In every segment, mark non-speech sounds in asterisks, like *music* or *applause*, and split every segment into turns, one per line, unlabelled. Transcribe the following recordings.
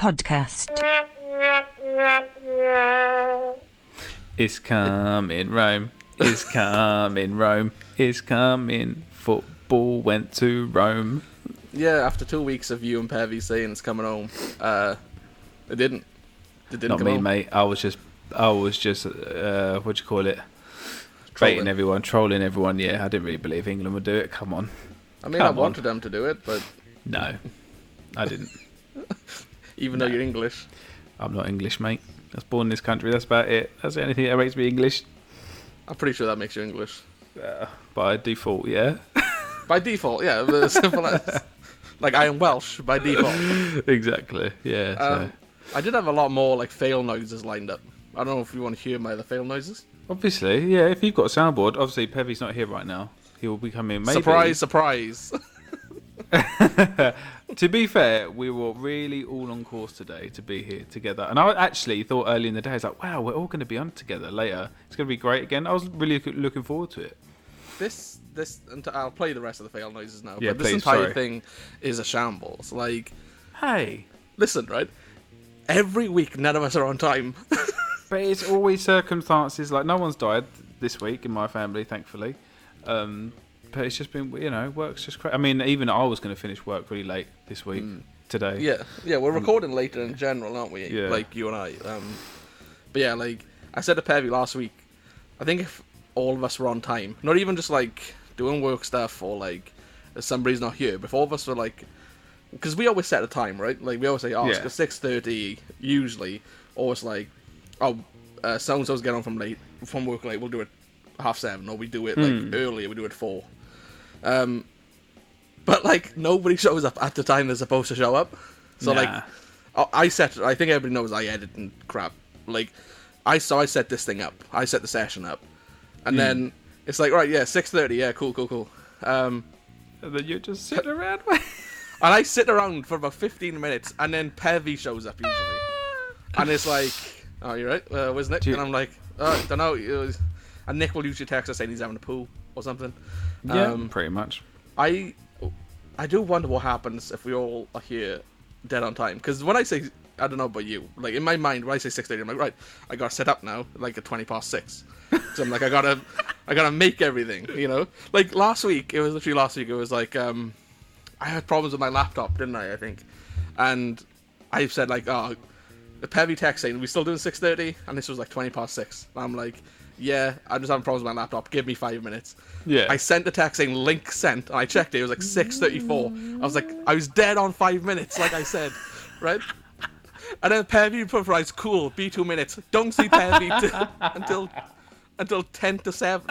podcast.
It's coming Rome. It's coming Rome. It's coming. Football went to Rome.
Yeah, after two weeks of you and Pervy saying it's coming home, uh, it didn't. It didn't
Not
come
me,
home.
mate. I was just, I was just, uh, what do you call it?
Trolling.
Baiting everyone, trolling everyone. Yeah, I didn't really believe England would do it. Come on.
I mean,
Come
I
on.
wanted them to do it, but
No, I didn't.
even though you're English,
I'm not English, mate. I was born in this country. That's about it. That's the only thing that makes me English.
I'm pretty sure that makes you English
Uh, by default, yeah. *laughs*
by default. Yeah, but as *laughs* simple as like I am Welsh
*laughs*
by default.
exactly. Yeah. so.
Um, I did have a lot more like fail noises lined up. I don't know if you want to hear my other fail noises.
Obviously, yeah. If you've got a soundboard, obviously Pevy's not here right now. He will be coming. Maybe.
Surprise, surprise. *laughs*
*laughs* to be fair, we were really all on course today to be here together. And I actually thought early in the day, I was like, wow, we're all going to be on together later. It's going to be great again. I was really loo- looking forward to it.
this this ent- I'll play the rest of the fail noises now.
Yeah,
but this
please,
entire
sorry.
thing is a shambles. Like,
Hey,
listen, right? Every week, none of us are on time. *laughs*
but it's always circumstances. Like, no one's died this week in my family, thankfully. Um, but it's just been, you know, work's just crazy. I mean, even I was going to finish work really late this week, today.
Mm. yeah, yeah, we're recording later in general, aren't we?
Hmm. Yeah.
Like you and I. Um, but yeah, like I said to Pervy last week, I think if all of us were on time, not even just like doing work stuff or like if somebody's not here, but if all of us were like, because we always set a time, right? Like we always say, oh,
Yeah.
it's six thirty usually, or it's like, oh, uh, so and so's getting on from late from work late. We'll do it half seven, or we do it like
Hmm.
earlier. We do it four. Um, but like nobody shows up at the time they're supposed to show up. So
Nah.
like, I I set. I think everybody knows I edit and crap. Like, I so I set this thing up. I set the session up,
Hmm.
and then it's like right, yeah, six thirty. Yeah, cool, cool, cool. Um,
And then you're just sitting around *laughs* waiting.
and I sit around for about fifteen minutes, and then Pervy shows up usually, and
*laughs*
it's like, "Oh, you right? Uh, where's Nick?"
Do you-
And I'm like, "Oh, don't know." And Nick will usually text us saying he's having a poo or something.
Yeah,
Um,
pretty much.
I I do wonder what happens if we all are here dead on time. Because when I say I don't know about you, like in my mind when I say six thirty, I'm like right, I gotta set up now, like at twenty past six. So I'm like I gotta I gotta make everything, you know. Like last week, it was literally last week. It was like um, I had problems with my laptop, didn't I? I think, and I said like oh. The Pevy text saying we still doing six thirty, and this was like twenty past six. And I'm like, yeah, I'm just having problems with my laptop. Give me five minutes.
Yeah.
I sent a text saying link sent, and I checked it. It was like six thirty-four. I was like, I was dead on five minutes, like I said, right? And then Pervy provides cool, be two minutes. Don't see *laughs* Pervy t- until until ten to seven,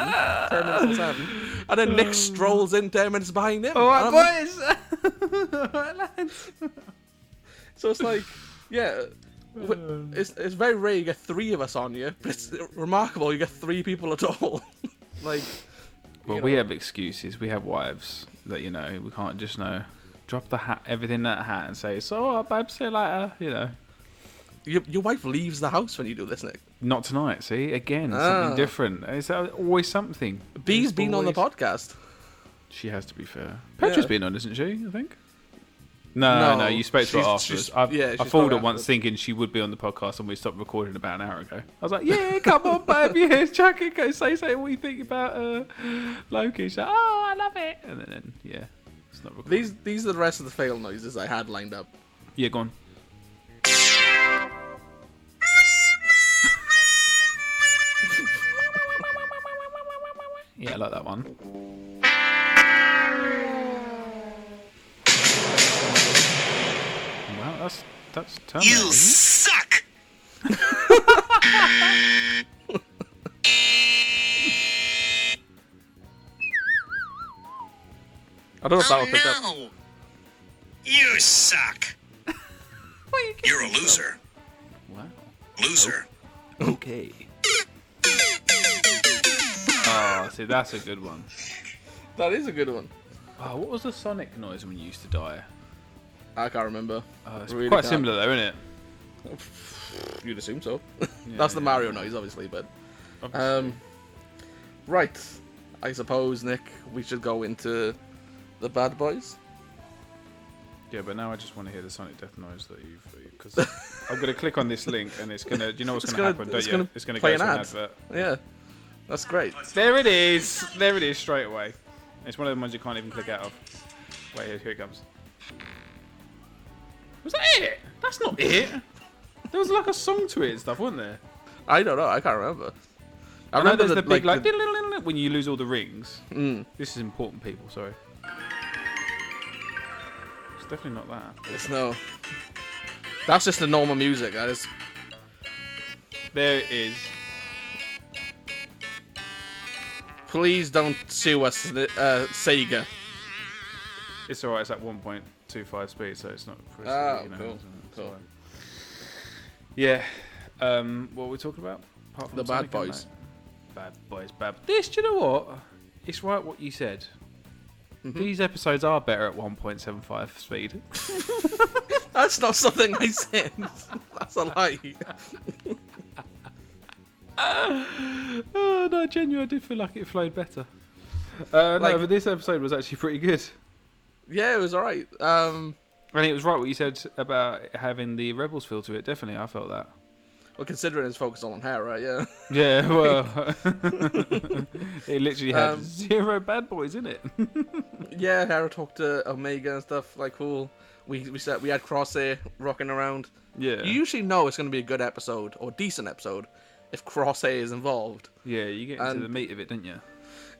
ten minutes to seven. And then Nick strolls in ten minutes behind
Oh,
him. And I'm like, *laughs*
boys!
So it's like, yeah, w- it's, it's very rare you get three of us on here, but it's remarkable you get three people at all. *laughs* like,
Well,
you
we
know.
have excuses. We have wives that you know we can't just know drop the hat, everything in that hat, and say, "So, all right, babe, see you later." You know,
your, your wife leaves the house when you do this, Nick.
not tonight. See, again,
Ah.
something different. It's uh, always something.
Bee's
It's
been on the
always-
podcast.
She has to be fair. Petra's
Yeah.
been on, isn't she? I think. No, no,
No,
you spoke to her
she's-
afterwards.
she's-
I,
yeah,
I
she's
fooled
probably
her once
afterwards.
thinking she would be on the podcast, and we stopped recording about an hour ago. I was like, *laughs* "Yeah, come on, baby, here's Chuck and go say say what you think about uh, Loki." She's like, "Oh, I love it," and then yeah, it's not recorded.
These these are the rest of the fail noises I had lined up.
Yeah, go on. Yeah, I like that one. Wow, that's that's terminating.
You suck!
I don't know if that
Oh
will pick up.
no! You *laughs* suck! You're a loser.
Wow.
Loser.
Okay. Oh, see, that's a good one.
That is a good one.
Oh, what was the sonic noise when you used to die?
I can't remember.
Oh, it's
Really
quite
can't.
similar, though, isn't it?
You'd assume so. *laughs* That's
*laughs*
the
yeah.
Mario noise, obviously, but
Obviously.
um, right. I suppose Nick, we should go into the bad boys.
Yeah, but now I just want to hear the sonic death noise that you've because I'm going to click on this link and it's going to. You know what's
It's
going to happen,
gonna-
don't
it's
you?
gonna
it's going to
play
go
an
to an
ad.
advert.
Yeah, that's great.
There it is. There it is straight away. It's one of the ones you can't even click out of. Wait, here, here it comes. Was that it? That's not it. There was like a song to it and stuff, wasn't there?
I don't know. I can't remember. I
I know
remember
there's the,
that,
big like,
the-
diddle-diddle-diddle when you lose all the rings. This is important, people. Sorry. It's definitely not that.
it's no. That's just the normal music. That is.
There it is.
Please don't sue us, uh, Sega.
It's alright. It's at 1.25 speed, so it's not. pretty,
Ah,
you know,
cool,
it's not- it's
cool.
alright. Yeah. Um, what were we talking about? Apart from
The Bad
Sonic and
Boys.
that. Bad boys. Bad. This. Do you know what? It's right what you said.
Mm-hmm.
These episodes are better at 1.75 speed. *laughs*
That's not something I said. *laughs* That's a lie.
Oh, no, genuinely, I did feel like it flowed better. Uh,
Like-
no, but this episode was actually pretty good.
Yeah, it was alright. Um,
And it was right what you said about it having the Rebels feel to it, definitely. I felt that.
well, considering it's focused on Hera, yeah. *laughs*
*laughs* Yeah, well. it literally had
Um,
zero bad boys in it.
Yeah, Hera talked to Omega and stuff. Like, cool. We we said we had Crosshair rocking around.
yeah.
You usually know it's going to be a good episode or decent episode if Crosshair is involved.
yeah, you get into
and-
the meat of it, didn't you?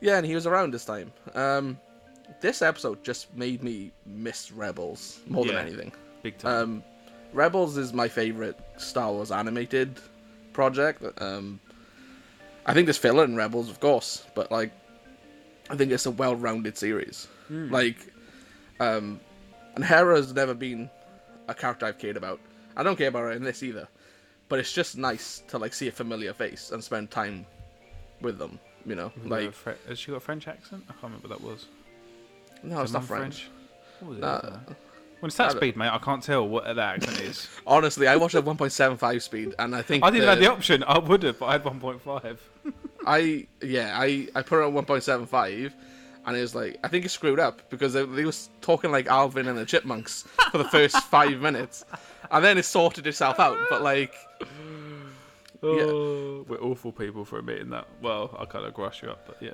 Yeah, and he was around this time. Um, this episode just made me miss Rebels more
Yeah.
than anything.
Big time.
Um, Rebels is my favorite Star Wars animated project. Um, I think there's filler in Rebels, of course, but like, I think it's a well-rounded series. Like, um, and Hera's never been a character I've cared about. I don't care about her in this either, but it's just nice to like see a familiar face and spend time with them. You know,
Like,
like
Fre- has she got a French accent? I can't remember what that was.
no, it's
Her
not
mum
French.
What was it?
Nah.
I don't know. When it's that
don't-
speed, mate, I can't tell what that accent *laughs* is.
Honestly, I watched at 1.75 speed, and I think
I didn't
the-
have the option. I would have, but I had 1.5. *laughs*
I yeah, I I put it on one point seven five, and it was like I think it screwed up because they, they was talking like Alvin and the Chipmunks for the first five minutes, and then it sorted itself out. But like,
Oh, We're awful people for admitting that. Well, I kind of grass you up, but yeah.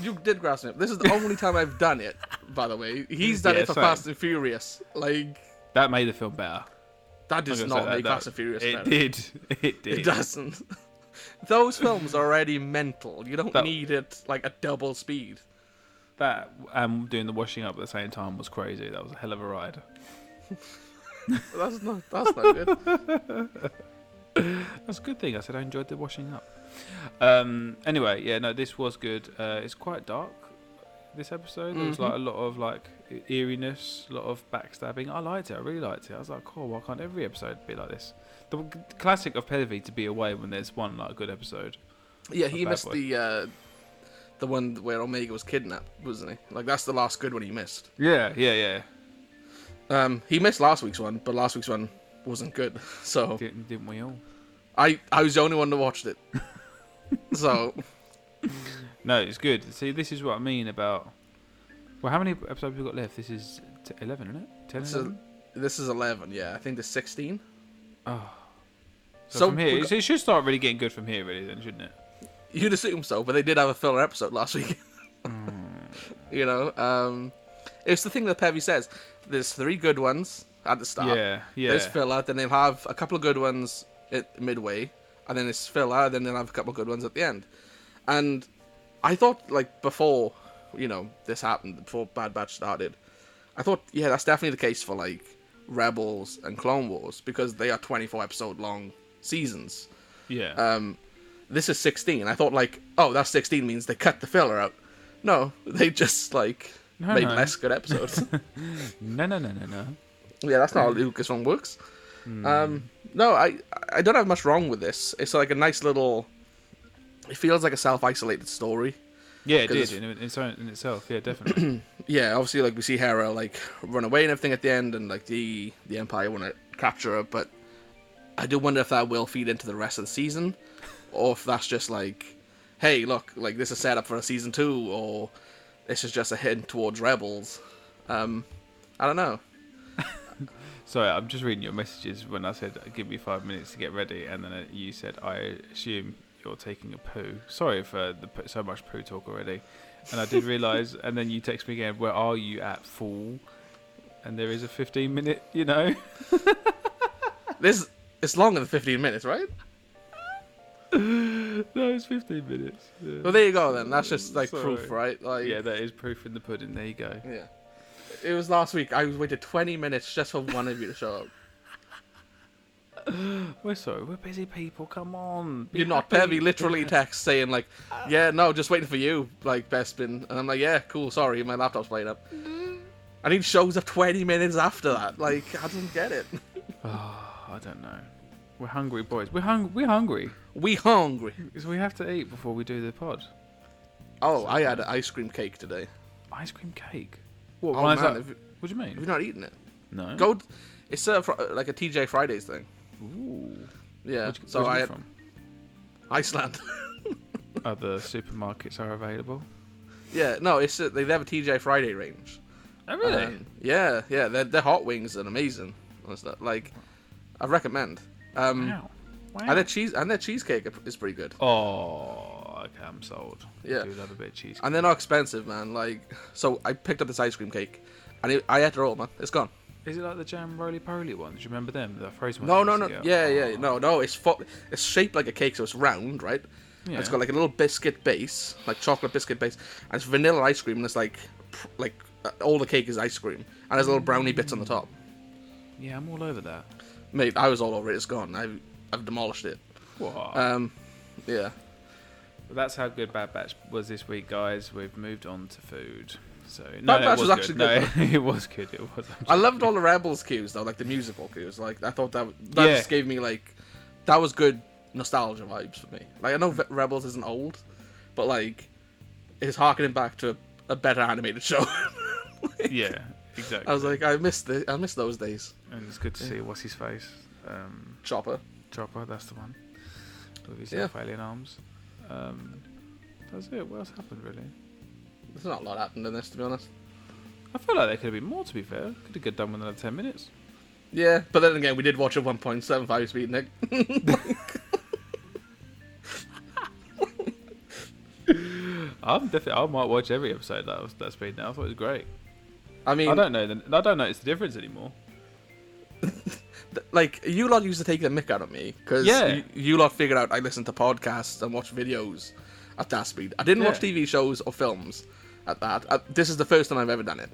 you did grasp me. This is the only time I've done it. By the way, he's done
Yeah,
it for
same.
Fast and Furious. Like
That made the film better.
that
I'm
does
gonna
not
say that,
make
that-
Fast and Furious
It
better.
did. *laughs* It did.
It doesn't. *laughs* Those films are already mental. You don't
That-
need it like a double speed.
That um, doing the washing up at the same time was crazy. That was a hell of a ride.
That's not. That's not good.
That's a good thing. I said I enjoyed the washing up. Um, anyway, yeah, no, this was good. Uh, it's quite dark. This episode, there was like a lot of like e- eeriness, a lot of backstabbing. I liked it. I really liked it. I was like, cool. Why can't every episode be like this? The g- classic of Pevy to be away when there's one like good episode.
Yeah, he
bad
missed
boy.
the uh, the one where Omega was kidnapped, wasn't he? Like that's the last good one he missed.
Yeah, yeah, yeah.
Um, he missed last week's one, but last week's one wasn't good. *laughs* So
Didn't, didn't we all?
I I was the only one that
*laughs*
watched it. so
No, it's good. See, this is what I mean about. Well, how many episodes have we got left? This is t- eleven, isn't it? Ten.
this is,
11?
this is eleven. Yeah, I think there's sixteen.
Oh. So,
so
from
we
here,
got-
it should start really getting good from here, really, then, shouldn't it?
You'd assume so, but they did have a filler episode last week. *laughs* you know, um, it's the thing that Pevy says. There's three good ones at the start.
Yeah, yeah.
There's filler, then they'll have a couple of good ones at midway, and then it's filler, then they'll have a couple of good ones at the end. And I thought, like, before, you know, this happened, before Bad Batch started, I thought, yeah, that's definitely the case for, like, Rebels and Clone Wars, because they are 24 episode long seasons.
Yeah.
Um, this is 16. I thought, like, oh, that's 16 means they cut the filler out. No, *laughs* they just, like,
No,
made
no.
less
*laughs*
good episodes.
no, no, no, no, no.
Yeah, that's not how Lucasfilm works.
Hmm.
Um, no, I I don't have much wrong with this. It's like a nice little. It feels like a self-isolated story.
Yeah, it
'Cause
did
it's-
in, in, its own- in itself. Yeah, definitely.
Yeah, obviously, like we see Hera like run away and everything at the end, and like the the Empire want to capture her. But I do wonder if that will feed into the rest of the season, or if that's just like, hey, look, like this is set up for a season two, or this is just a hint towards Rebels. Um, I don't know.
Sorry, I'm just reading your messages when I said give me five minutes to get ready, and then uh, you said I assume you're taking a poo. Sorry for the, p- so much poo talk already, and I did realise. and then you text me again, where are you at, fool? And there is a 15 minute, you know. *laughs*
This it's longer than 15 minutes, right?
no, it's 15 minutes. Yeah.
Well, there you go then. That's just like
Sorry.
proof, right? Like
yeah, that is proof in the pudding. There you go.
yeah. It was last week. I waited 20 minutes just for one of you to show up.
We're sorry, we're busy people. Come on. be
You're not
happy. *laughs*
Bevy literally text saying like, "Yeah, no, just waiting for you." Like Bespin, and I'm like, "Yeah, cool. Sorry, my laptop's playing up."
Mm-hmm.
And he shows up 20 minutes after that. Like, I don't get it. *laughs*
Oh, I don't know. We're hungry, boys. We're hungry. We're hungry.
We hungry.
So we have to eat before we do the pod.
Oh, I had an ice cream cake today.
Ice cream cake. What?
Oh,
why is
man,
that?
if you-
What do you mean?
Have you not eaten it?
no.
Go. t- It's a, fr- like a TJ Fridays thing.
Ooh.
Yeah.
Where'd you-
So
where'd you
I
get
had
from?
Iceland. *laughs*
Other supermarkets are available.
yeah. No, it's a, they have a TJ Friday range.
Oh
Um, yeah, yeah, their, their hot wings are amazing. and stuff. Like, I recommend. Um,
wow.
And
Wow.
their cheese and their cheesecake are- is pretty good.
Oh, okay, I'm sold.
Yeah.
Do love a bit of cheese.
And they're not expensive, man. Like, so I picked up this ice cream cake, and it, I ate it all, man. It's gone.
Is it like the jam roly poly ones? You remember them? The frozen
No,
ones.
no,
we
no.
used to
Yeah,
get?
yeah, no, no. It's fo- it's shaped like a cake, so it's round, right? And It's
Yeah.
got like a little biscuit base, like chocolate biscuit base, and it's vanilla ice cream, and it's like, pr- like uh, all the cake is ice cream, and there's little brownie bits on the top.
Yeah, I'm all over that.
Mate, I was all over it. It's gone. I've I've demolished it.
What?
Um, yeah.
Well, that's how good Bad Batch was this week, guys. We've moved on to food. So no,
Bad
no,
Batch
it
was actually good,
No, *laughs* it was good. It was.
I loved all the Rebels cues though, like the musical cues. Like I thought that that
Yeah.
just gave me like that was good nostalgia vibes for me. Like I know Ve- Rebels isn't old, but like it's harkening back to a, a better animated show. *laughs*
Yeah, exactly.
I was like, I missed the I miss those days.
and it's good to see what's his face. Um,
Chopper.
Chopper, that's the one. With his
Yeah.
alien arms. Um, that's it. What else happened, really?
There's not a lot happened in this, to be honest.
I feel like there could have been more, to be fair. Could have got done with another 10 minutes.
Yeah, but then again, we did watch a 1.75 speed Nick. *laughs*
I'm definitely. I might watch every episode that was that speed now. I thought it was great.
I mean,
I don't know. The, I don't notice the difference anymore.
th- like you lot used to take the mick out of me because
Yeah.
you, you lot figured out I listened to podcasts and watch videos at that speed. I didn't watch
Yeah.
TV shows or films at that. Uh this is the first time I've ever done it,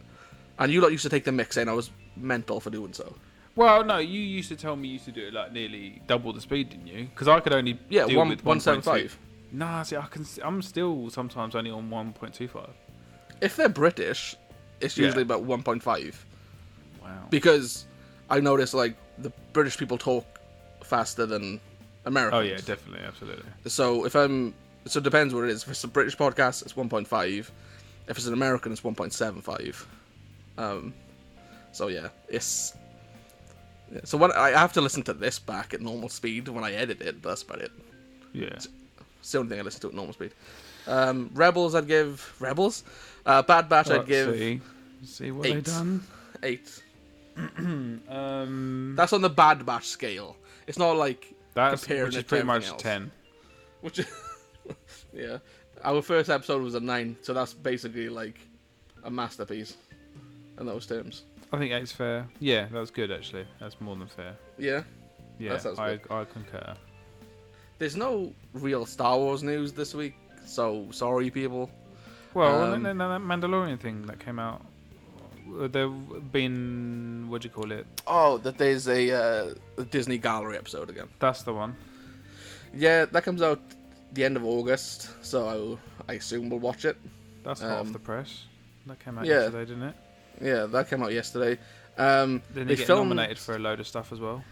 and you lot used to take the mick saying I was mental for doing so.
Well, no, you used to tell me you used to do it like nearly double the speed, didn't you? Because I could only
Yeah,
deal
one-
with
1.75.
1.2. Nah, see, I can. s- I'm still sometimes only on one point two five.
If they're British, it's
Yeah.
usually about one point five
Wow.
because I notice like the British people talk faster than Americans.
oh yeah, definitely, absolutely.
So if I'm, so it depends what it is. If it's a British podcast, it's 1.5. If it's an American, it's 1.75. Um, so yeah, it's. yeah, So when I have to listen to this back at normal speed when I edit it, but that's about it.
Yeah.
It's the only thing I listen to at normal speed. Um, Rebels, I'd give Rebels. Uh, Bad Batch,
Right,
I'd give
See, see what they
eight.
done.
eight.
*clears throat* Um,
That's on the Bad Batch scale. It's not like
that's
comparing
which
it
is
to
pretty
everything
much
else.
ten.
Which, *laughs* yeah, our first episode was a nine, so that's basically like a masterpiece in those terms.
I think eight's fair. Yeah, that was good actually. That's more than fair.
Yeah,
Yeah,
sounds
I, I concur.
there's no real Star Wars news this week, so sorry, people.
Well,
Um,
and then that Mandalorian thing that came out. uh, There been what do you call it?
Oh, that there's a, uh, a Disney Gallery episode again.
That's the one.
Yeah, that comes out the end of August, so I assume we'll watch it.
That's hot off
Um,
the press. That came out
yeah.
yesterday, didn't it?
Yeah, that came out yesterday. Um,
Didn't
they
he get
filmed
nominated for a load of stuff as well?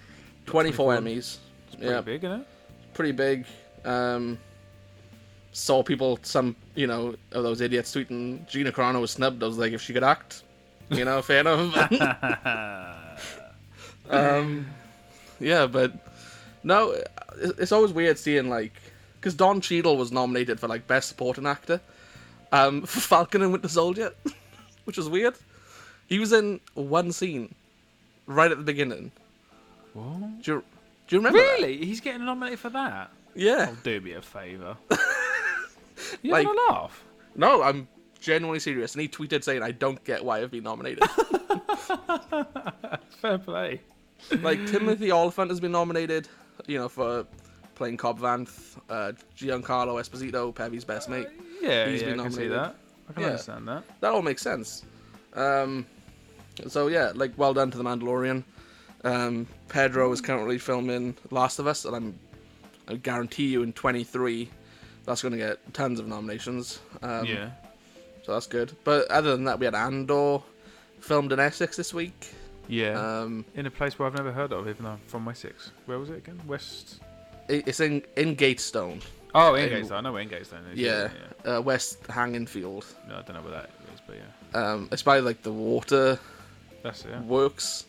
24
24?
Emmys.
It's pretty
Yeah,
big, isn't it?
pretty big. Um, saw people, some you know, of those idiots tweeting Gina Carano was snubbed. I was like, if she could act, you know, *laughs*
*laughs*
fair enough. um, yeah, but no, it- it's always weird seeing like because Don Cheadle was nominated for like best supporting actor um, *laughs* for *laughs* Falcon and Winter Soldier, which was weird. He was in one scene, right at the beginning.
What?
Do you, do you remember? that?
Really? He's getting nominated for that?
Yeah.
Oh, do me a
*laughs*
favour. You're
Like-
gonna laugh.
No, I'm genuinely serious. And he tweeted saying, "I don't get why I've been nominated."
Fair play.
like Timothy Oliphant has been nominated, you know, for playing Cobb Vanth, uh, Giancarlo Esposito, Pevy's best mate.
Yeah,
He's
yeah,
been
I can see
nominated.
that. I can
Yeah.
understand that.
That all makes sense. Um, so yeah, like well done to the Mandalorian. Um, Pedro is currently filming Last of Us, and I'm I guarantee you in 23, that's going to get tons of nominations. Um,
yeah.
So that's good. But other than that, we had Andor filmed in Essex this week.
Yeah.
Um,
in a place where I've never heard of, even though I'm from Wessex. Where was it again? West.
it- it's in in Gatestone.
Oh, Engageland. I know where Engageland is.
Yeah, Uh, West Hangingfield.
yeah. No, I don't know where that is, but yeah.
Um, it's by like the water
That's it. Yeah.
works.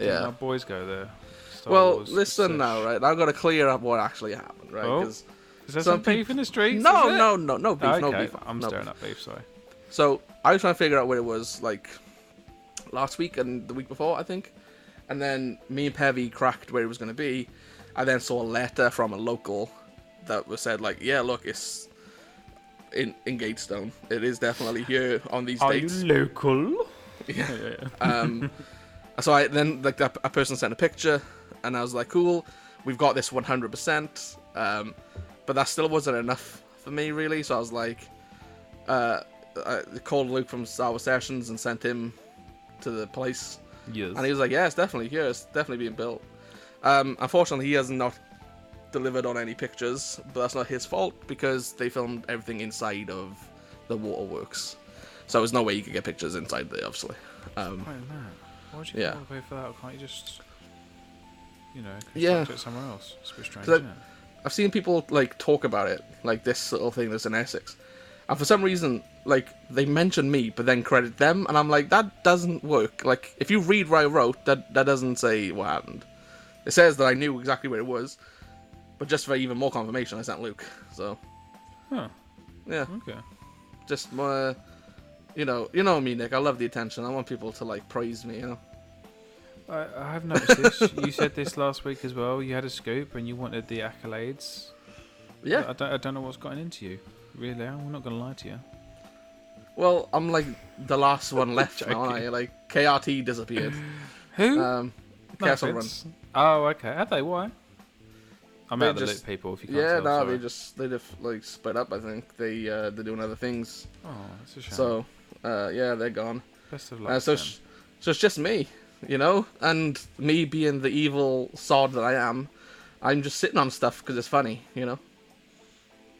Our
Yeah.
boys go there. Star
Well,
Wars
listen
sesh.
now, right? I've got to clear up what actually happened, right?
Oh.
'Cause-
Is there
some
some, beef in the streets?
no,
Is it?
no, no, no beef,
okay.
no beef.
I'm
no
staring
beef.
at beef. Sorry.
So I was trying to figure out what it was like last week and the week before, I think. And then me and Pevy cracked where it was going to be. I then saw a letter from a local that was said like, "Yeah, look, it's in in Gatestone. It is definitely here on these
Are you
dates."
local?
Yeah.
Yeah, yeah.
Um, so I then like that a person sent a picture, and I was like, "Cool, we've got this 100%." Um, but that still wasn't enough for me, really. So I was like, uh, I called Luke from Star Wars Sessions and sent him to the place,
yes.
and he was like, "Yeah, it's definitely here. It's definitely being built." Um, unfortunately, he has not delivered on any pictures, but that's not his fault because they filmed everything inside of the waterworks. So there's no way you could get pictures inside there, obviously. Um,
Why not? Why would you
Yeah.
yeah. pay for that? Can't you just, you know, construct
Yeah.
it somewhere else? It's a bit strange,
So-
isn't it?
I've seen people like talk about it, like this little thing that's in Essex, and for some reason, like they mention me but then credit them, and I'm like, that doesn't work. Like if you read what I wrote, that that doesn't say what happened. It says that I knew exactly where it was, but just for even more confirmation, I sent Luke. So
Huh.
yeah,
Okay.
just wanna, you know, you know me, Nick. I love the attention. I want people to like praise me. You know.
I, I have noticed this. You said this last week as well. You had a scoop and you wanted the accolades.
Yeah.
I don't, I don't know what's gotten into you. Really, I'm not going to lie to you.
Well, I'm like the
*laughs*
last one left now. aren't I
Joking.
like
*laughs*
KRT disappeared.
Who?
Um,
No
Castle Run.
offense. Oh, okay. Have they? Why? I'm
They
out of the
just-
loop, people. If you can't
Yeah,
tell,
no,
sorry.
they just they just like split up. I think they uh, they're doing other things.
Oh, that's a shame.
So uh, yeah, they're gone.
Best of luck.
Uh, so
to
sh-
them.
so it's just me, you know, and me being the evil sod that I am, I'm just sitting on stuff because it's funny, you know.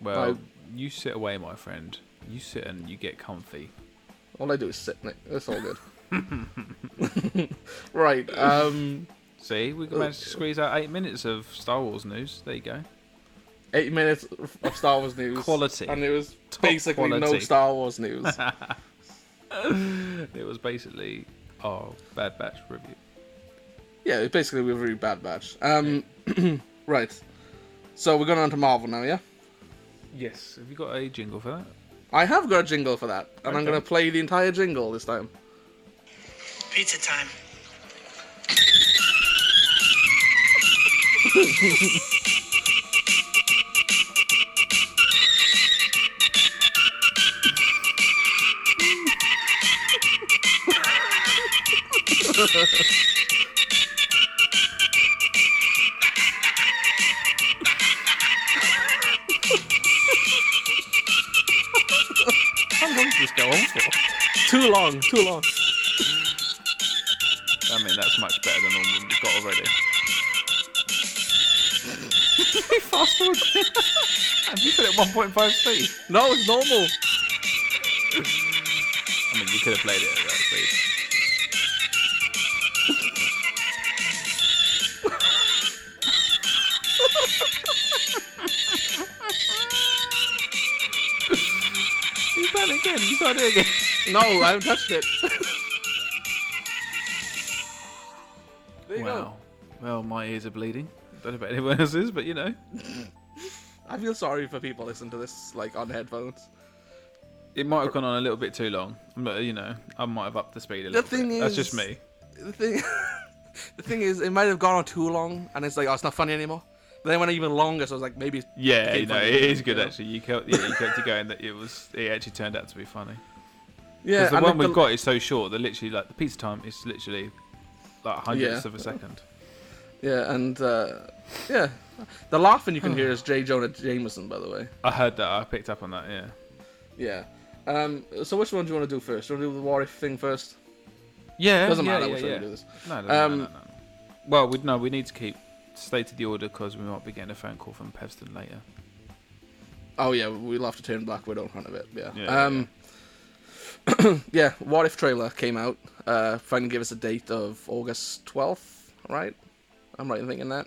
well,
I-
you sit away, my friend. You sit and you get comfy.
All I do is sit. Nick. It's
*laughs*
all good. right. Um,
See, we managed to squeeze out eight minutes of Star Wars news. There you go.
eight minutes of Star Wars news.
Quality.
And it was
Top
basically no
quality.
Star
*laughs*
Wars news.
It was basically our Bad Batch review.
yeah, basically we reviewed Bad Batch. Um, *clears throat* right. So we're going on to Marvel now, yeah.
Yes. Have you got a jingle for that?
I have got a jingle for that, and I'm
Okay.
going to play the entire jingle this time.
Pizza time.
How long does this go on for?
Too long, too long.
I mean, that's much better than the one we've got already. *laughs* Fast forward. Have you put it 1.5 speed?
No, it's normal.
I mean, you could have played it at that speed. You've done it again. You started it again.
No, I haven't touched it. there you
Wow. Well, my ears are bleeding. Don't know about anyone else's, but you know.
go. I feel sorry for people listening to this like on headphones.
It might have gone on a little bit too long, but you know, I might have upped the speed a little
thing
bit. That's just
is-
me.
The thing, *laughs* the thing is, it might have gone on too long, and it's like, oh, it's not funny anymore. But then it went even longer, so I was like, maybe. It's
Yeah,
became
you know,
funny,
it is good
know?
actually. You kept, yeah, you kept it going. That it was, it actually turned out to be funny.
Yeah,
Because the
and
one
like,
we've got is so short that literally, like, the pizza time is literally like hundredths
Yeah.
of a second.
Yeah, and uh, yeah, the laughing you can hear is J. Jonah Jameson, by the way.
I heard that. I picked up on that. Yeah.
Yeah. Um, so which one do you want to do first? Do you want to do the What If thing first?
Yeah.
Doesn't
yeah,
matter
yeah,
which
yeah.
way we do this.
No, no,
Um,
no, no, no. Well, we no, we need to keep stay to the order because we might be getting a phone call from Pevston later.
Oh yeah, we'll have to turn Black Widow in front of it. Yeah.
Yeah,
um, *coughs* yeah. What If trailer came out. Uh, finally gave us a date of August twelfth, right? I'm right in thinking that.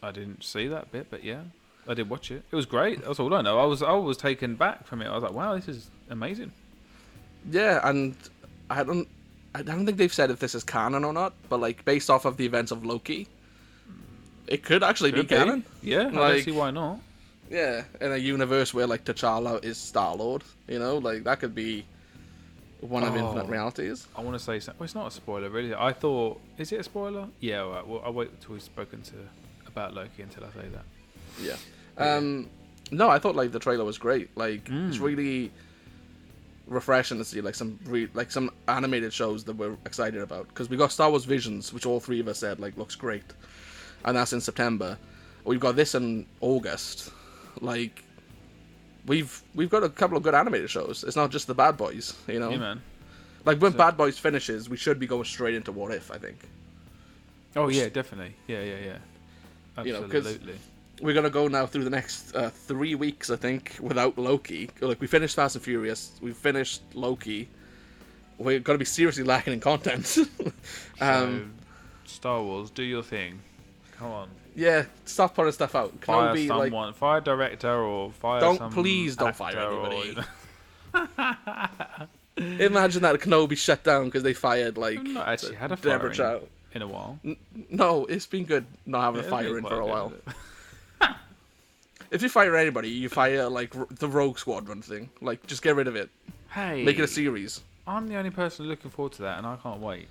I didn't see that bit, but yeah, I did watch it. It was great. That's all I know. I was I was taken back from it. I was like, wow, this is amazing.
Yeah, and I don't, I don't think they've said if this is canon or not, but like based off of the events of Loki, it could actually
Could
be canon.
Yeah. I don't
Like-
see why not.
Yeah, in a universe where like T'Challa is Star Lord, you know, like that could be one of
Oh.
infinite realities.
I want to say something. Well, it's not a spoiler, really. I thought, is it a spoiler? Yeah, all right. Well, I'll wait until we've spoken to about Loki until I say that.
Yeah. Um, no, I thought like the trailer was great. Like
Hmm.
it's really refreshing to see like some re- like some animated shows that we're excited about because we got Star Wars Visions, which all three of us said like looks great, and that's in September. We've got this in August. Like we've we've got a couple of good animated shows. It's not just the Bad Boys, you know.
Yeah, man.
Like when Bad Boys finishes, we should be going straight into What If. I think
Oh yeah, definitely. Yeah, yeah, yeah.
You know, 'cause-
Absolutely.
we're gonna go now through the next uh, three weeks, I think, without Loki. Like we finished Fast and Furious, we finished Loki. We're gonna be seriously lacking in content. *laughs* um,
so, Star Wars, do your thing. Come on.
yeah, stop putting stuff out.
Fire
Kenobi, like,
someone. Fire director or fire.
Don't-
some
please don't fire
actor or- *laughs*
anybody. *laughs* imagine that Kenobi shut down because they fired like
I've not *laughs* actually had a
Deborah
firing
Chow.
in a while.
No, it's been good not having a
Yeah,
fire in
quite
for a
good,
while.
isn't
*laughs*
it?
If you fire anybody, you fire like r- the Rogue Squadron thing. Like, just get rid of it.
Hey,
Make it a series.
I'm the only person looking forward to that, and I can't wait.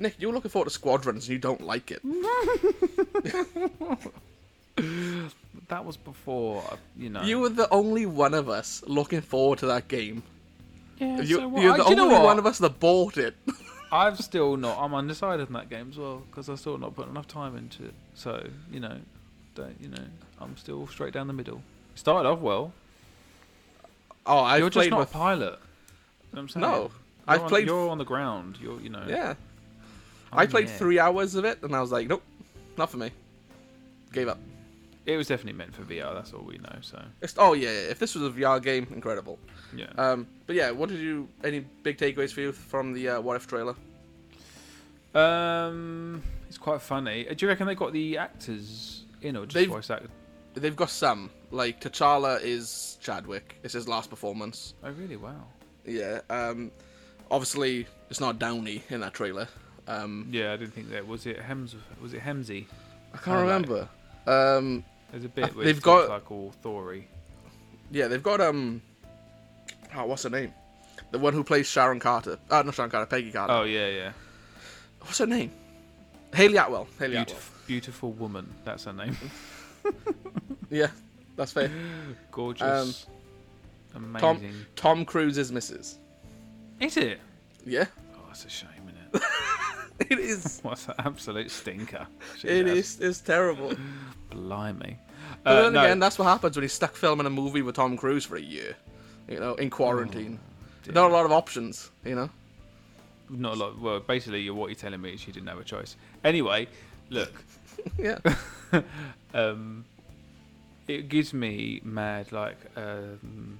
Nick, you're looking forward to Squadrons and you don't like it.
Mm. That was before, uh, you know.
You were the only one of us looking forward to that game.
yeah,
You,
so what?
You're
I-
the
do you
only
know what?
one of us that bought it. *laughs*
I've still not. I'm undecided in that game as well because I've still not put enough time into it. So you know, don't you know? I'm still straight down the middle. Started off well.
Oh, I've
you're just
played
not
with.
a pilot. You know what I'm saying?
No,
You're
I've
on- Oh,
played-
You're on the ground. You're you know.
yeah,
I'm
I played
there.
three hours of it, and I was like, nope, not for me. Gave up.
It was definitely meant for VR. That's all we know. So
It's, oh yeah, yeah, if this was a VR game, incredible.
yeah.
Um, but yeah, what did you? Any big takeaways for you from the uh, What If trailer?
Um, it's quite funny. Uh, Do you reckon they got the actors in or just
They've-
voice act?
They've got some. Like T'Challa is Chadwick. It's his last performance.
Oh really? Wow.
Yeah. Um, obviously, it's not Downey in that trailer. Um,
Yeah, I didn't think that was it. Hems was it Hemsey?
I can't
Oh, right.
remember. Um,
There's a
Uh,
bit where
they've
they've got
got-
like all Thory.
Yeah, they've got um, oh, what's her name? The one who plays Sharon Carter. Uh, not Sharon Carter, Peggy Carter.
Oh yeah, yeah.
What's her name? Haley Atwell. Haley
Beautiful, beautiful woman. That's her *laughs* name.
Atwell. Yeah,
*laughs*
that's fair.
Gorgeous. Um,
Tom
Amazing.
Tom Cruise's Mrs.
Is it?
Yeah, *laughs*
Oh, that's a shame, *laughs* isn't it?
it is.
What's an absolute stinker? *laughs* She
It
has.
is. It's terrible.
Blimey.
But
Uh,
then
no,
again, that's what happens when he's stuck filming a movie with Tom Cruise for a year. You know, in quarantine.
dear.
Not a lot of options. You know. *laughs*
not a lot. Well, basically, you're- what you're telling me is she didn't have a choice. Anyway, look.
Yeah.
um, it gives me mad like um,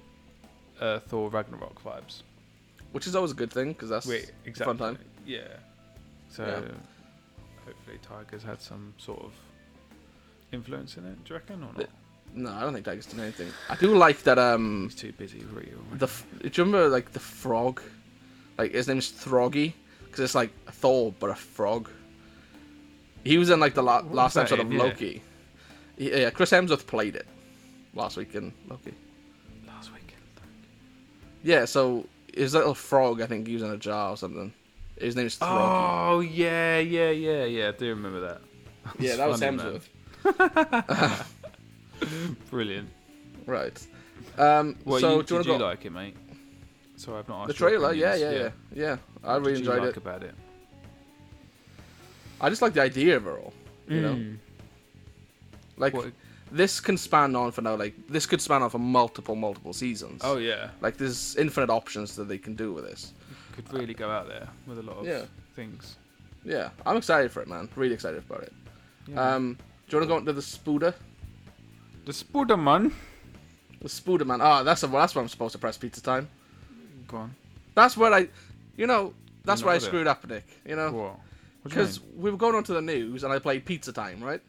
uh, Thor Ragnarok vibes.
Which is always a good thing because that's
Wait,
a
exactly.
fun time.
Yeah. So
Yeah.
hopefully Tiger's had some sort of influence in it. Do you reckon or not?
No, I don't think Tiger's done anything. I do like that. Um,
He's too busy. Really.
The f- do you remember like the frog? Like his name's Throggy because it's like Thor but a frog. He was in like the la-
What was
last
that
episode of
in? Yeah.
Loki. Yeah. yeah, Chris Hemsworth played it last week in Loki.
Last weekend.
Yeah, so his little frog, I think he was in a jar or something. His name is Throggy.
Oh yeah, yeah, yeah, yeah. I do remember that.
yeah, that was
funny, man.
Hemsworth.
Brilliant.
Right. Um,
Well,
so
you,
do you
did
want
you
to go
like it, mate? Sorry, I've not asked
the
your
trailer? Yeah, yeah,
opinions.
yeah, yeah. I
What
really
did you
enjoyed
like
it.
about it.
I just like the idea of it all. You know, like
Hmm. What-
this can span on for now. Like this could span on for multiple, multiple seasons.
Oh yeah,
Like there's infinite options that they can do with this.
could really go out there with a lot of
Yeah.
things.
Yeah, I'm excited for it, man. Really excited about it.
Yeah.
Um, do you want to go into the Spooder?
the Spooderman.
The Spooder man. Ah, that's a, that's where I'm supposed to press pizza time.
Go on.
That's where I, you know, that's
not
where I
with it.
screwed up, Nick. You know,
What? What do you
because
mean?
we were going on to the news and I played pizza time, right?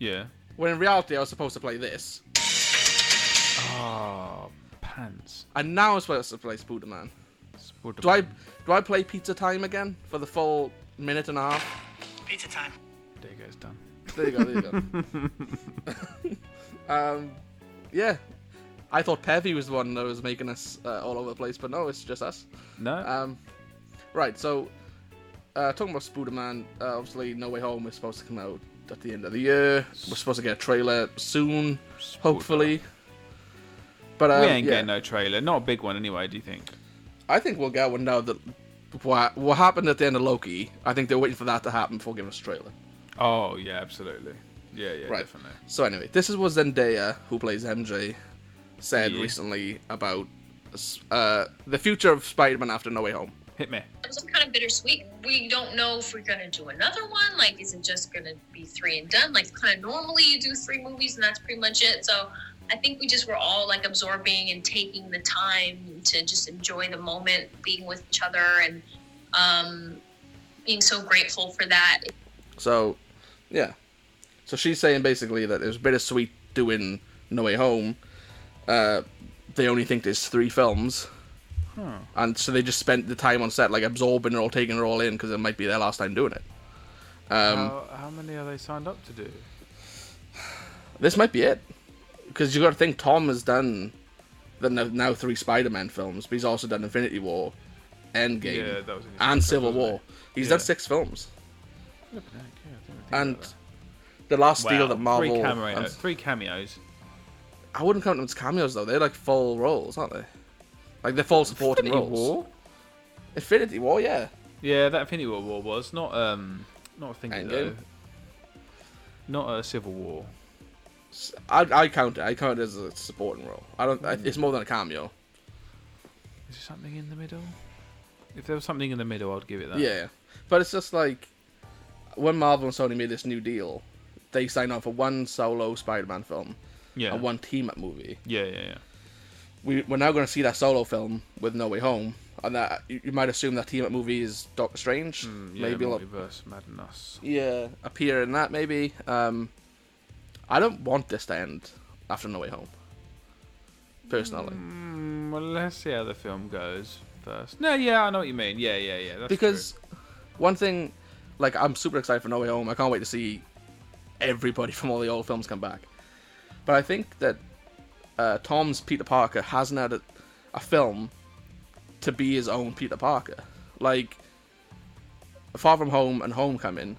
Yeah.
When in reality I was supposed to play this,
Oh, pants.
and now I'm supposed to play Spooder man.
Spooderman.
Do I do I play pizza time again for the full minute and a half?
Pizza time.
There you go. It's done.
There you go. There you
*laughs*
go. um, yeah. I thought Pevy was the one that was making us uh, all over the place, but no, it's just us.
No.
Um, right, so uh, talking about Spider-Man, uh, obviously No Way Home is supposed to come out at the end of the year. We're supposed to get a trailer soon, hopefully. But um,
we ain't
yeah,
getting no trailer. Not a big one anyway. Do you think?
I think we'll get one now that what, what happened at the end of Loki. I think they're waiting for that to happen before giving us a trailer.
Oh yeah, absolutely. Yeah, yeah,
Right.
definitely.
So anyway, this is what Zendaya, who plays MJ, said
Yeah.
recently about uh, the future of Spider-Man after No Way Home.
Hit me.
it was kind of bittersweet. We don't know if we're going to do another one. Like, is it just going to be three and done? Like, kind of normally you do three movies and that's pretty much it. So I think we just were all like absorbing and taking the time to just enjoy the moment, being with each other, and um, being so grateful for that.
So, yeah. So she's saying basically that it was bittersweet doing No Way Home. Uh, they only think there's three films,
Huh.
and so they just spent the time on set like absorbing it all, taking it all in, because it might be their last time doing it. Um,
how, how many are they signed up to do?
This might be it, because you got to think Tom has done the no- now three Spider-Man films, but he's also done Infinity War, Endgame,
Yeah, that was in his
and
contract,
Civil
wasn't it?
War. He's
Yeah.
done six films,
Flippin' heck, yeah, I didn't think
and
about that.
the last deal
Wow,
that Marvel.
three cameos.
and-
Three cameos.
I wouldn't count them as cameos though. They're like full roles, aren't they? Like they're full supporting
Infinity
roles.
War?
Infinity War, yeah.
Yeah, that Infinity War war was not um not a thing
Endgame.
though. Not a Civil War.
S- I, I count it. I count it as a supporting role. I don't. I, it's more than a cameo.
Is there something in the middle? If there was something in the middle, I'd give it that.
Yeah, but it's just like when Marvel and Sony made this new deal, they signed on for one solo Spider-Man film
yeah,
and one team-up movie.
yeah, yeah, yeah.
We, we're now going to see that solo film with No Way Home, and that you, you might assume that team-up movie is Doctor Strange,
Mm, yeah
maybe a lot,
multiverse madness.
yeah, appear in that maybe. Um, I don't want this to end after No Way Home. Personally,
Mm, well, let's see how the film goes first. No, yeah, I know what you mean. Yeah, yeah, yeah. That's
because one thing, like I'm super excited for No Way Home. I can't wait to see everybody *laughs* from all the old films come back. But I think that uh, Tom's Peter Parker hasn't had a, a film to be his own Peter Parker. Like Far From Home and Homecoming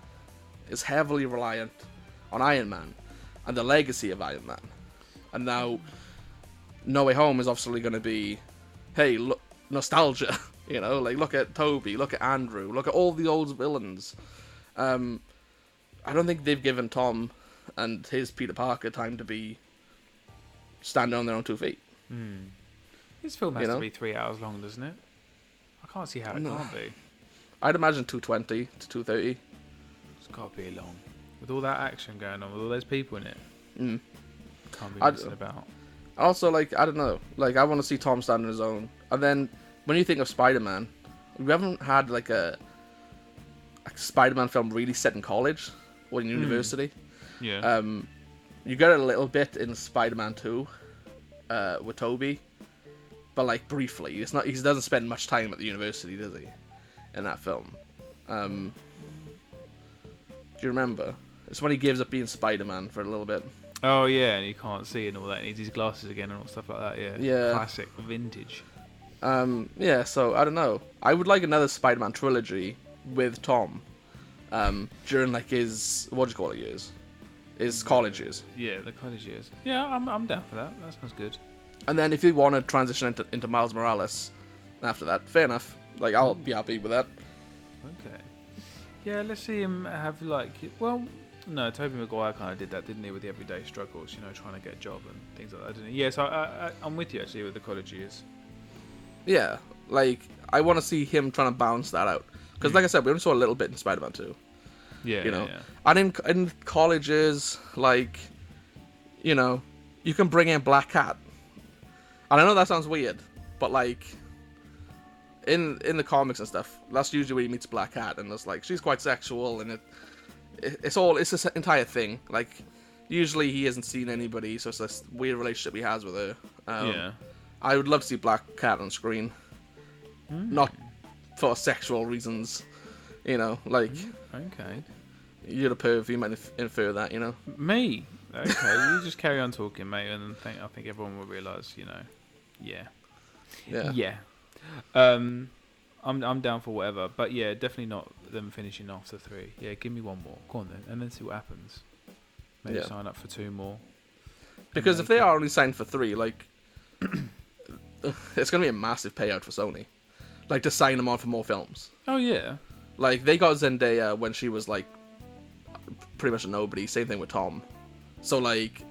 is heavily reliant on Iron Man and the legacy of Iron Man. And now No Way Home is obviously going to be, hey, look, nostalgia. *laughs* You know, like look at Toby, look at Andrew, look at all the old villains. Um, I don't think they've given Tom and his Peter Parker time to be standing on their own two feet.
This film has
You know?
to be three hours long, doesn't it? I can't see how it
No.
can't be.
I'd imagine 220 to 230.
It's got to be long. With all that action going on, with all those people in it.
Mm.
Can't be
I'd-
messing about.
Also, like I don't know, like I want to see Tom stand on his own. And then when you think of Spider-Man, we haven't had like a, a Spider-Man film really set in college or in university.
Yeah.
Um, you get a little bit in Spider-Man Two uh, with Toby, but like briefly. It's not. He doesn't spend much time at the university, does he? In that film. Um, do you remember? It's when he gives up being Spider-Man for a little bit.
oh, yeah, and he can't see and all that. He needs his glasses again and all stuff like that, yeah.
Yeah.
Classic, vintage.
Um, yeah, so I don't know. I would like another Spider-Man trilogy with Tom um, during like his what do you call it years, his college years,
Yeah, the college years. Yeah, I'm, I'm down for that. That sounds good.
and then if you want to transition into, into Miles Morales after that, fair enough. Like I'll be happy with that.
Okay. Yeah, let's see him have like well, no, Toby Maguire kind of did that, didn't he, with the everyday struggles, you know, trying to get a job and things like that, didn't he? Yes, I, I, I- I'm with you actually with the college years.
Yeah, like I want to see him trying to balance that out because, like I said, we only saw a little bit in Spider-Man Two.
Yeah,
you know and in, in colleges like you know you can bring in black hat and i know that sounds weird but like in in the comics and stuff that's usually where he meets black hat and it's like she's quite sexual and it, it it's all it's this entire thing like usually he hasn't seen anybody so it's this weird relationship he has with her
yeah,
um,
yeah.
i would love to see black cat on screen not
Hmm.
for sexual reasons you know like
Hmm. Okay,
you're a perv, you might inf- infer that, you know?
me. Okay, you just carry on talking, mate, and think, I think everyone will realise, you know, yeah,
Yeah.
yeah. Um, I'm I'm down for whatever, but yeah, definitely not them finishing after three. Yeah, give me one more. Go on then, and then see what happens. Maybe
Yeah.
sign up for two more.
Because if they are only signed for three, like, *clears throat* it's going to be a massive payout for Sony. Like, to sign them on for more films.
Oh yeah,
Like, they got Zendaya when she was, like, pretty much a nobody. Same thing with Tom. So, like,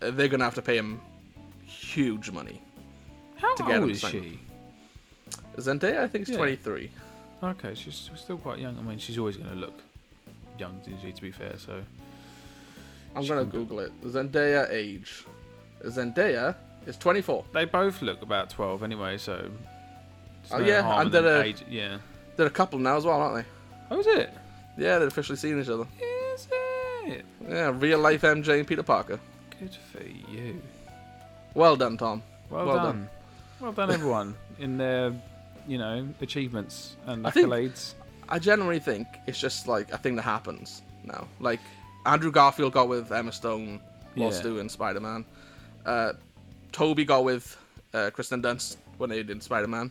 they're going to have to pay him huge money.
How
to get
old
him
is
signed.
she?
Zendaya, I think, is
Yeah.
23.
Okay, she's still quite young. I mean, she's always going to look young, isn't she? To be fair, so
I'm
She
going
can
to
go-
Google it. Zendaya age. Zendaya is 24.
they both look about twelve anyway. So there's
Oh, yeah,
harm
and
in
they're, uh,
age. Yeah.
They're a couple now as well, aren't
Oh, is it?
they? Yeah, they're officially seeing each other.
Is it?
Yeah, real life MJ and Peter Parker.
Good for you.
Well done, Tom.
Well,
Well
done.
done.
Well done, everyone, in their, you know, achievements and
I think-
accolades.
I generally think it's just like a thing that happens now. Like Andrew Garfield got with Emma Stone whilst
Yeah.
doing Spider Man. Uh, Toby got with uh, Kristen Dunst when they did Spider Man,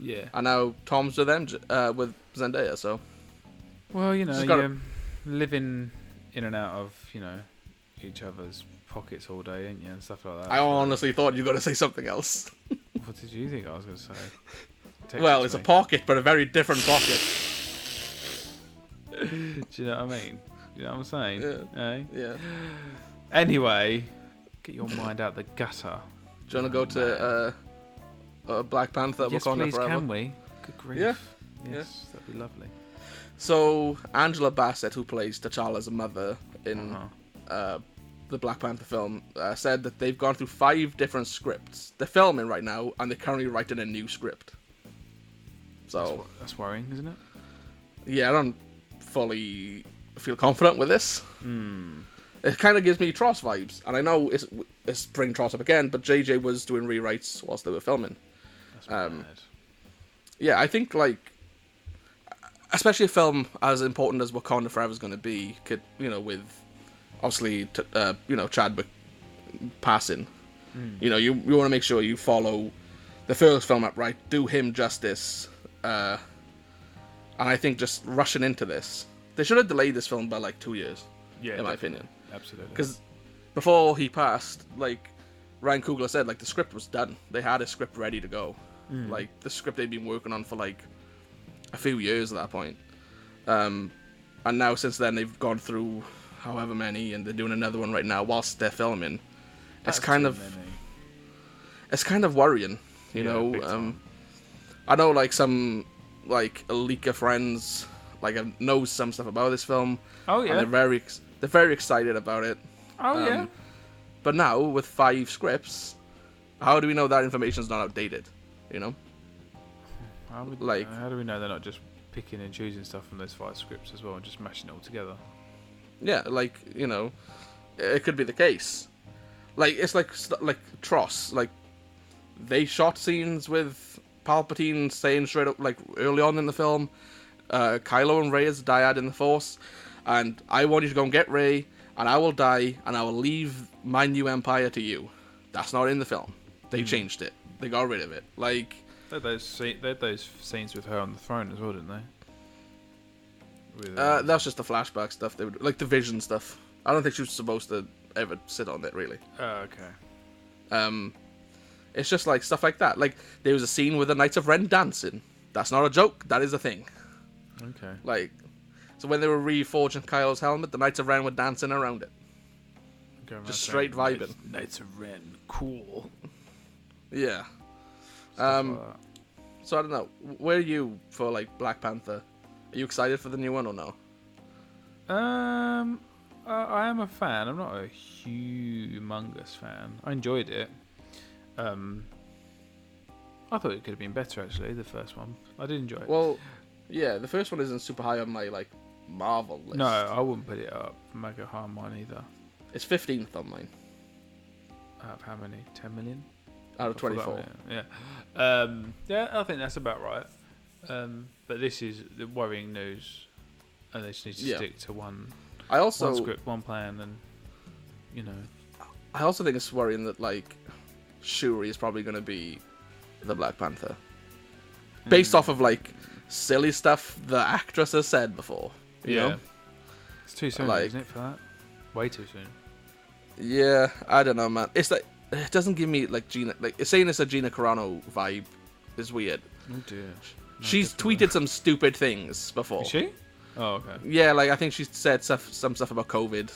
Yeah.
and now Tom's with them uh, with Zendaya. So
Well, you know,
Just gotta-
you living in and out of, you know, each other's pockets all day, ain't you, and stuff like that.
I honestly thought you were gonna say something else.
What did you think I was going to
*laughs*
say? Text
well,
it
it's
to
a
me.
pocket, but a very different pocket.
Do you know what I mean? Do you know what I'm saying? Eh?
yeah.
Anyway, get your mind out the gutter.
Do you wanna go to uh, uh, Black Panther?
yes,
Wakanda
please,
Forever?
can we? Good grief.
Yeah.
Yes, that'd be lovely.
So Angela Bassett, who plays T'Challa's mother in
Uh-huh.
uh, the Black Panther film, uh, said that they've gone through five different scripts. They're filming right now, and they're currently writing a new script.
That's,
So
wor- that's worrying, isn't it?
yeah, I don't fully feel confident with this.
Hmm.
It kind of gives me Tross vibes, and I know it's it's bringing Tross up again, but JJ was doing rewrites whilst they were filming.
That's
Um,
bad.
yeah, I think like, especially a film as important as Wakanda Forever is going to be, could you know, with obviously t- uh, you know Chadwick passing,
Hmm.
you know, you you want to make sure you follow the first film up right, do him justice, uh, and I think just rushing into this, they should have delayed this film by like two years,
Yeah,
in my
definitely.
opinion,
Absolutely.
because before he passed, like Ryan Coogler said, like the script was done. They had a script ready to go.
Mm.
Like the script they'd been working on for like a few years at that point. Um, and now since then they've gone through however many, and they're doing another one right now whilst they're filming. It's kind of it's kind of worrying, you
Yeah,
know.
big time.
Um, I know like some like leaker friends like I know some stuff about this film.
Oh,
and
yeah.
they're very ex- they're very excited about it.
Oh yeah.
um, But now with five scripts, how do we know that information's not outdated? You know?
How would,
like-
how do we know they're not just picking and choosing stuff from those five scripts as well and just mashing it all together?
Yeah, like you know, it could be the case. Like it's like st- like Tross, like they shot scenes with Palpatine saying straight up like early on in the film, uh, Kylo and Rey is a dyad in the Force, and I want you to go and get Rey, and I will die, and I will leave my new empire to you. That's not in the film. They changed it. They got rid of it. Like
They had those sce- they had those scenes with her on the throne as well, didn't they? With,
Uh, that was just the flashback stuff. They would like the vision stuff. I don't think she was supposed to ever sit on it really.
oh, okay.
Um, it's just like stuff like that. Like there was a scene with the Knights of Ren dancing. That's not a joke. That is a thing.
Okay.
Like, so when they were reforging Kylo's helmet, the Knights of Ren were dancing around it.
Go around
Just
saying,
straight vibing.
Knights of Ren, cool.
Yeah.
Stuff
Um,
like
so I don't know. Where are you for like Black Panther? Are you excited for the new one or no?
that. um, I I am a fan. I'm not a humongous fan. I enjoyed it. Um, I thought it could have been better actually. The first one, I did enjoy it.
Well, yeah, the first one isn't super high on my like Marvel list.
no, I wouldn't put it up. Mega harm mine either.
it's fifteenth on mine
Out of how many? Ten million.
out of
I forgot,
twenty-four.
Yeah. Yeah. Um, yeah, I think that's about right. Um, but this is the worrying news, and they just need to
Yeah.
stick to one,
I also
one script, one plan, and you know,
I also think it's worrying that like Shuri is probably going to be the Black Panther, based
Hmm.
off of like silly stuff the actress has said before. You
yeah.
Know?
It's too soon,
Like-
isn't it, for that? Way too soon.
Yeah, I don't know, man. It's like it doesn't give me like Gina. Like it's saying it's a Gina Carano vibe is weird.
Oh dear.
She's tweeted some stupid things before.
Is she? Oh okay.
Yeah, like I think she said stuff, some stuff about COVID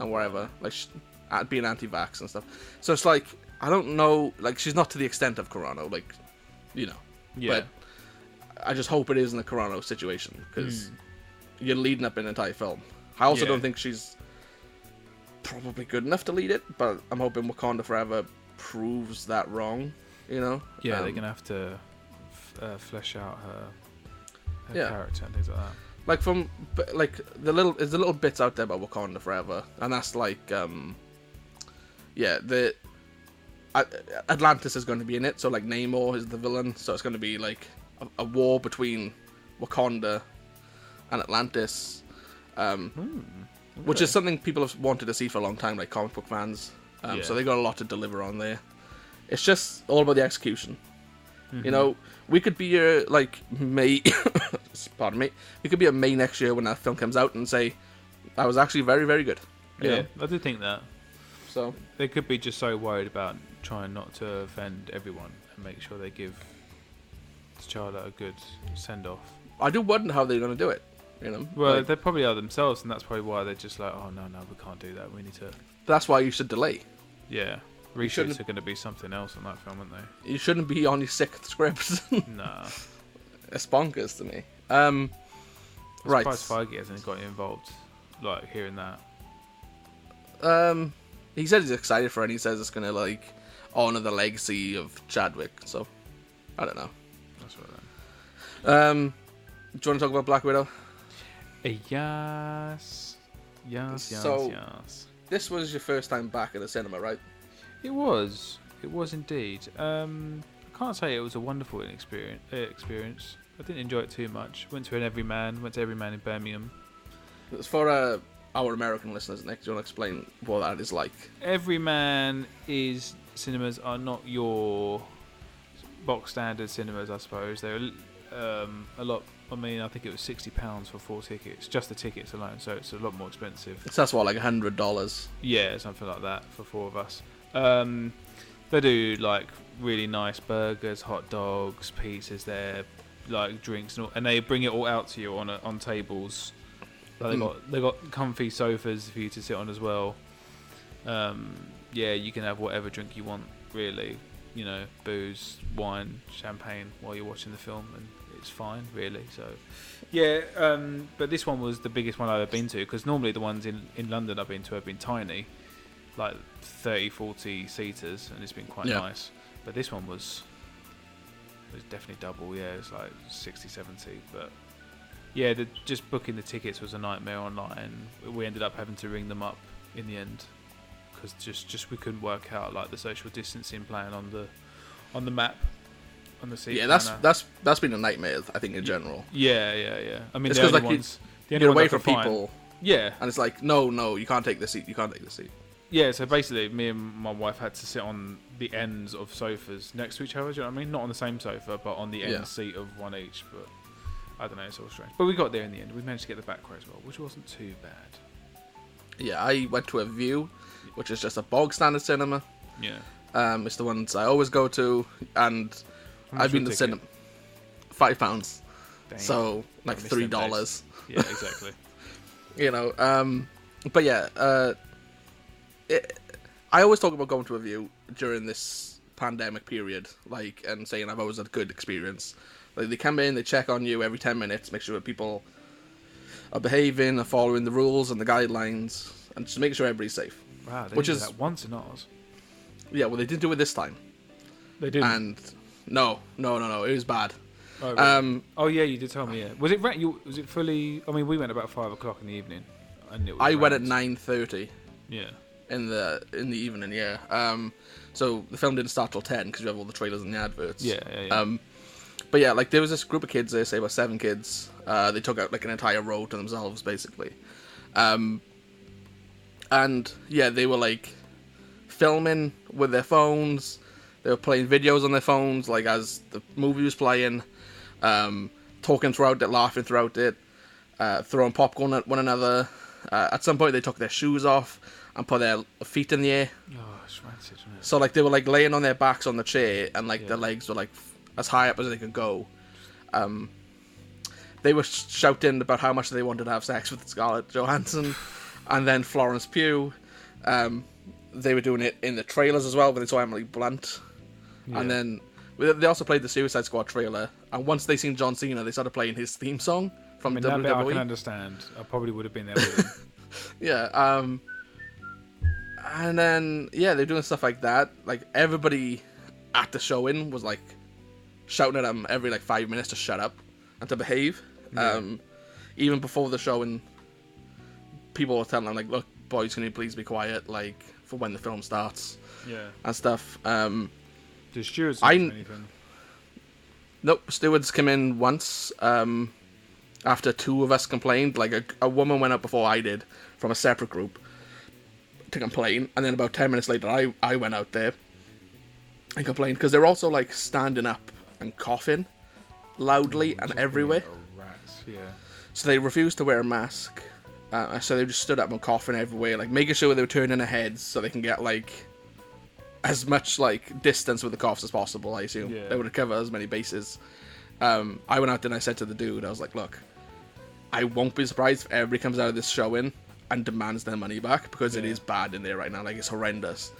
and whatever, like sh- uh, being anti-vax and stuff. So it's like I don't know, like she's not to the extent of Carano, like you know.
Yeah.
But I just hope it isn't a Carano situation because you're leading up an entire film. I also
Hmm. Yeah.
don't think she's probably good enough to lead it, but I'm hoping Wakanda Forever proves that wrong. You know.
Yeah, they're
Um,
gonna have to f- uh, flesh out her, her
Yeah.
character and things like that.
like from but, like the little there's the little bits out there about Wakanda Forever, and that's like um yeah the A- Atlantis is going to be in it, so like Namor is the villain, so it's going to be like a, a war between Wakanda and Atlantis, um, which is something people have wanted to see for a long time, like comic book fans. Um, So
Yeah.
they got a lot to deliver on there. It's just all about the execution. You know, we could be uh, like May. *coughs* pardon me. We could be a May next year when that film comes out and say that was actually very, very good. You
Yeah,
know,
I do think that
So
they could be just so worried about trying not to offend everyone and make sure they give T'Challa a good send off.
I do wonder how they're going to do it. You know,
Well,
Like,
they probably are themselves, and that's probably why they're just like, oh no, no, we can't do that. We need to,
that's why you should delay.
yeah.
shouldn't-
Reshoots are going to be something else on that film, aren't they?
You shouldn't be on your *laughs* sixth script.
*laughs* Nah.
it's bonkers to me. Um,
Right.
right.
Surprised Feige hasn't got involved, like hearing that.
Um, he said he's excited for it. And he says it's going to like honor the legacy of Chadwick. So I don't know.
That's what.
Um, do you want to talk about Black Widow?
I Uh, yes. Yes. Yes.
So-
yes.
This was your first time back at the cinema, right?
It was. It was indeed. Um, I can't say it was a wonderful experience. uh, Experience. I didn't enjoy it too much. Went to an Everyman. Went to Everyman in Birmingham.
It's for uh, our American listeners, Nick. Do you want to explain what that is like?
Everyman is cinemas are not your box standard cinemas, I suppose. They're um, a lot. I mean, I think it was sixty pounds for four tickets, just the tickets alone. So it's a lot more expensive.
So that's what, like hundred dollars.
Yeah, something like that for four of us. Um, they do like really nice burgers, hot dogs, pizzas there, like drinks, and, all, and they bring it all out to you on a, on tables. Like they got they got comfy sofas for you to sit on as well. Um, yeah, you can have whatever drink you want, really. You know, booze, wine, champagne while you're watching the film, and it's fine, really. So, yeah, um, but this one was the biggest one I've ever been to because normally the ones in, in London I've been to have been tiny, like 30, 40 seaters, and it's been quite
Yeah.
nice. But this one was was definitely double, yeah, it's like 60, 70. But yeah, the, just booking the tickets was a nightmare online. We ended up having to ring them up in the end because just, just we couldn't work out like the social distancing plan on the on the map on the seat.
Yeah, that's
planner.
that's that's been a nightmare, I think, in general.
Yeah, yeah, yeah. I mean,
It's
the
'cause,
only
like, you-
ones. the only
You're
ones I
away
could
from
find-
people,
Yeah,
and it's like, no, no, you can't take this seat. You can't take this seat.
yeah, so basically, me and my wife had to sit on the ends of sofas next to each other. Do you know what I mean? Not on the same sofa, but on the end
Yeah.
seat of one each. But I don't know, it's all strange. But we got there in the end. We managed to get the back row as well, which wasn't too bad.
Yeah, I went to a view, which is just a bog standard cinema.
Yeah.
Um, it's the ones I always go to, and
much
I've been
was
to
a
cinema
ticket?
five pounds,
Dang.
so like
Missed them
three
days.
dollars.
Yeah,
*laughs*
exactly.
you know um but yeah uh it, i always talk about going to a view during this pandemic period like and saying i've always had a good experience like they come in they check on you every 10 minutes make sure that people are behaving are following the rules and the guidelines and just make sure everybody's safe
Wow, they
Which
did
is-
that once in ours.
yeah well they didn't do it this time
They didn't.
and no no no no it was bad
oh, really?
um
oh yeah, you did tell me. Yeah, was it ra- you, was it fully? I mean, we went about five o'clock in the evening. And it was
i went at
rained.
9.30
Yeah.
in the in the evening yeah um so the film didn't start till 10 because you have all the trailers and the adverts
Yeah, yeah, yeah.
um but yeah like there was this group of kids there say about seven kids uh they took out like an entire row to themselves basically um and yeah they were like filming with their phones they were playing videos on their phones like as the movie was playing um talking throughout it laughing throughout it uh, throwing popcorn at one another. Uh, at some point, they took their shoes off and put their feet in the air.
Oh, it's rancid, isn't it?
So like they were like laying on their backs on the chair, and like
Yeah.
their legs were like f- as high up as they could go. Um, they were sh- shouting about how much they wanted to have sex with Scarlett Johansson, and then Florence Pugh. Um, they were doing it in the trailers as well, when they saw Emily Blunt,
Yeah.
and then they also played the Suicide Squad trailer. And once they seen John Cena, they started playing his theme song
I
from E.
mean, that bit I
WWE.
can understand. I probably would have been there with them.
*laughs* Yeah. Um. And then yeah, they're doing stuff like that. Like everybody at the showing was like shouting at them every like five minutes to shut up and to behave. Um. Even before the showing, people were telling them like, "Look, boys, can you please be quiet?" Like for when the film starts
yeah.
and stuff. Um.
Did Stuart
I-
say anything?
Nope, stewards came in once. Um, after two of us complained, like a, a woman went up before I did from a separate group to complain, and then about ten minutes later, I I went out there and complained because they're also like standing up and coughing loudly and everywhere.
Oh, rats. Yeah.
So they refused to wear a mask. Uh, so they just stood up and coughing everywhere, like making sure they were turning their heads so they can get like as much like distance with the coughs as possible. I assume
Yeah.
they would cover as many bases. Um, I went out there and I said to the dude, I was like, "Look, I won't be surprised if everybody comes out of this showing and demands their money back because it
Yeah.
is bad in there right now. Like it's horrendous.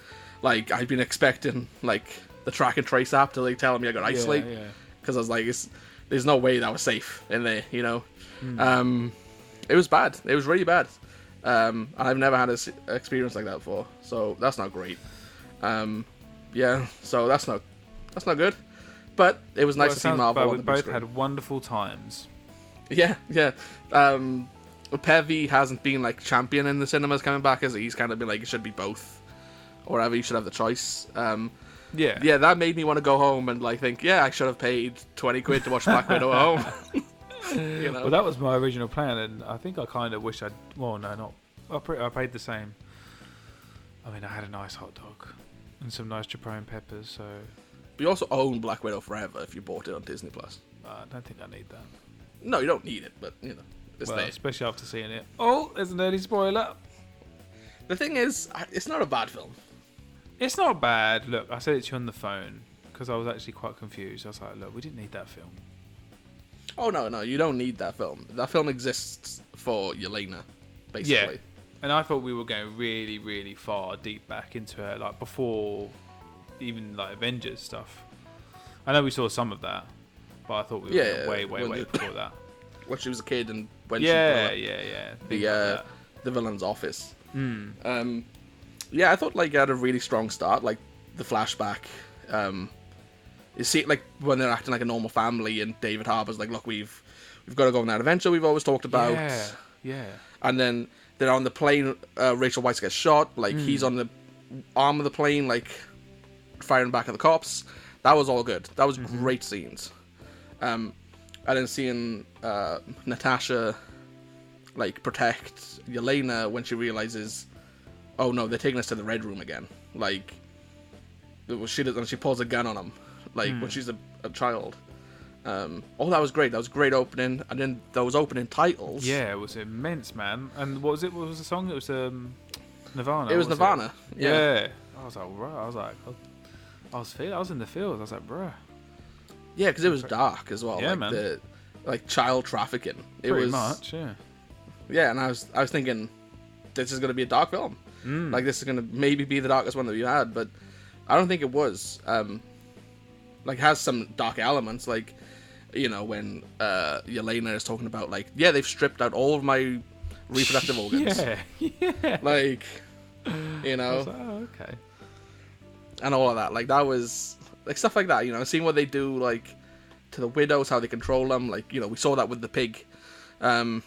Like I've been expecting like the track and trace app to like telling me I got
Yeah,
isolate
yeah.
because I was like, it's, there's no way that was safe in there, you know.
Hmm.
Um, it was bad. It was really bad. Um, and I've never had an experience like that before, so that's not great. Um, yeah, so that's not that's not good. But it was nice
Well, it
to see
sounds
Marvel.
bad.
on
We
the big
both
screen.
had wonderful times.
Yeah, yeah. Um, Pevy hasn't been like champion in the cinemas coming back, as he's kind of been like it should be both, or whatever. You should have the choice. Um,
Yeah.
yeah, that made me want to go home and like think, yeah, I should have paid twenty quid to watch Black Widow at
*laughs*
home. *laughs* you know?
Well, that was my original plan, and I think I kind of wish I'd. Well, no, not. I, pre- I paid the same. I mean, I had a nice hot dog and some nice chipotle peppers, so
But you also own Black Widow forever if you bought it on Disney Plus.
uh, I don't think I need that.
No, you don't need it, but you know, it's
Well,
there.
especially after seeing it. Oh, there's an early spoiler.
The thing is, I- it's not a bad film.
It's not bad. Look, I said it to you on the phone because I was actually quite confused. I was like, look, we didn't need that film.
Oh no, no, you don't need that film. That film exists for Yelena, basically.
And I thought we were going really, really far deep back into it, like before even like Avengers stuff. I know we saw some of that, but I thought we were
Yeah,
going way, way,
when
way
the-
before that.
When she was a kid *coughs* and when she
yeah,
grew up.
yeah, yeah. Hmm. Things
the
like
uh,
that.
the villain's office. Um, yeah, I thought like it had a really strong start, like the flashback. Um, you see, like when they're acting like a normal family, and David Harbour's like, "Look, we've we've got to go on that adventure we've always talked about."
Yeah, yeah.
And then they're on the plane. Uh, Rachel Weisz gets shot. Like he's on the arm of the plane, like firing back at the cops. That was all good. That was great scenes. Um, and then seeing uh, Natasha like protect Yelena when she realizes, oh no, they're taking us to the red room again. Like, it was- she does, and she pulls a gun on him, like when she's a, a child. Um, oh, that was great. That was a great opening, and then those opening titles.
Yeah, it was immense, man. And what was it? What was the song? It was um, Nirvana.
it was Nirvana.
Yeah.
yeah.
I was like, bruh. I was like, I was feel. I was in the field. I was like, bruh.
Yeah, because it was dark as well.
Yeah,
like
man.
The, like child trafficking. It
Pretty
was
much. Yeah.
yeah, and I was I was thinking this is gonna be a dark film.
Mm.
Like this is gonna maybe be the darkest one that we had, but I don't think it was. Um, like it has some dark elements, like you know when uh, Yelena is talking about like yeah they've stripped out all of my
*laughs*
reproductive organs,
Yeah. Yeah.
like you
I
know
was like, oh, okay.
and all of that. Like that was like stuff like that, you know, seeing what they do like to the widows, how they control them. Like you know, we saw that with the pig, um,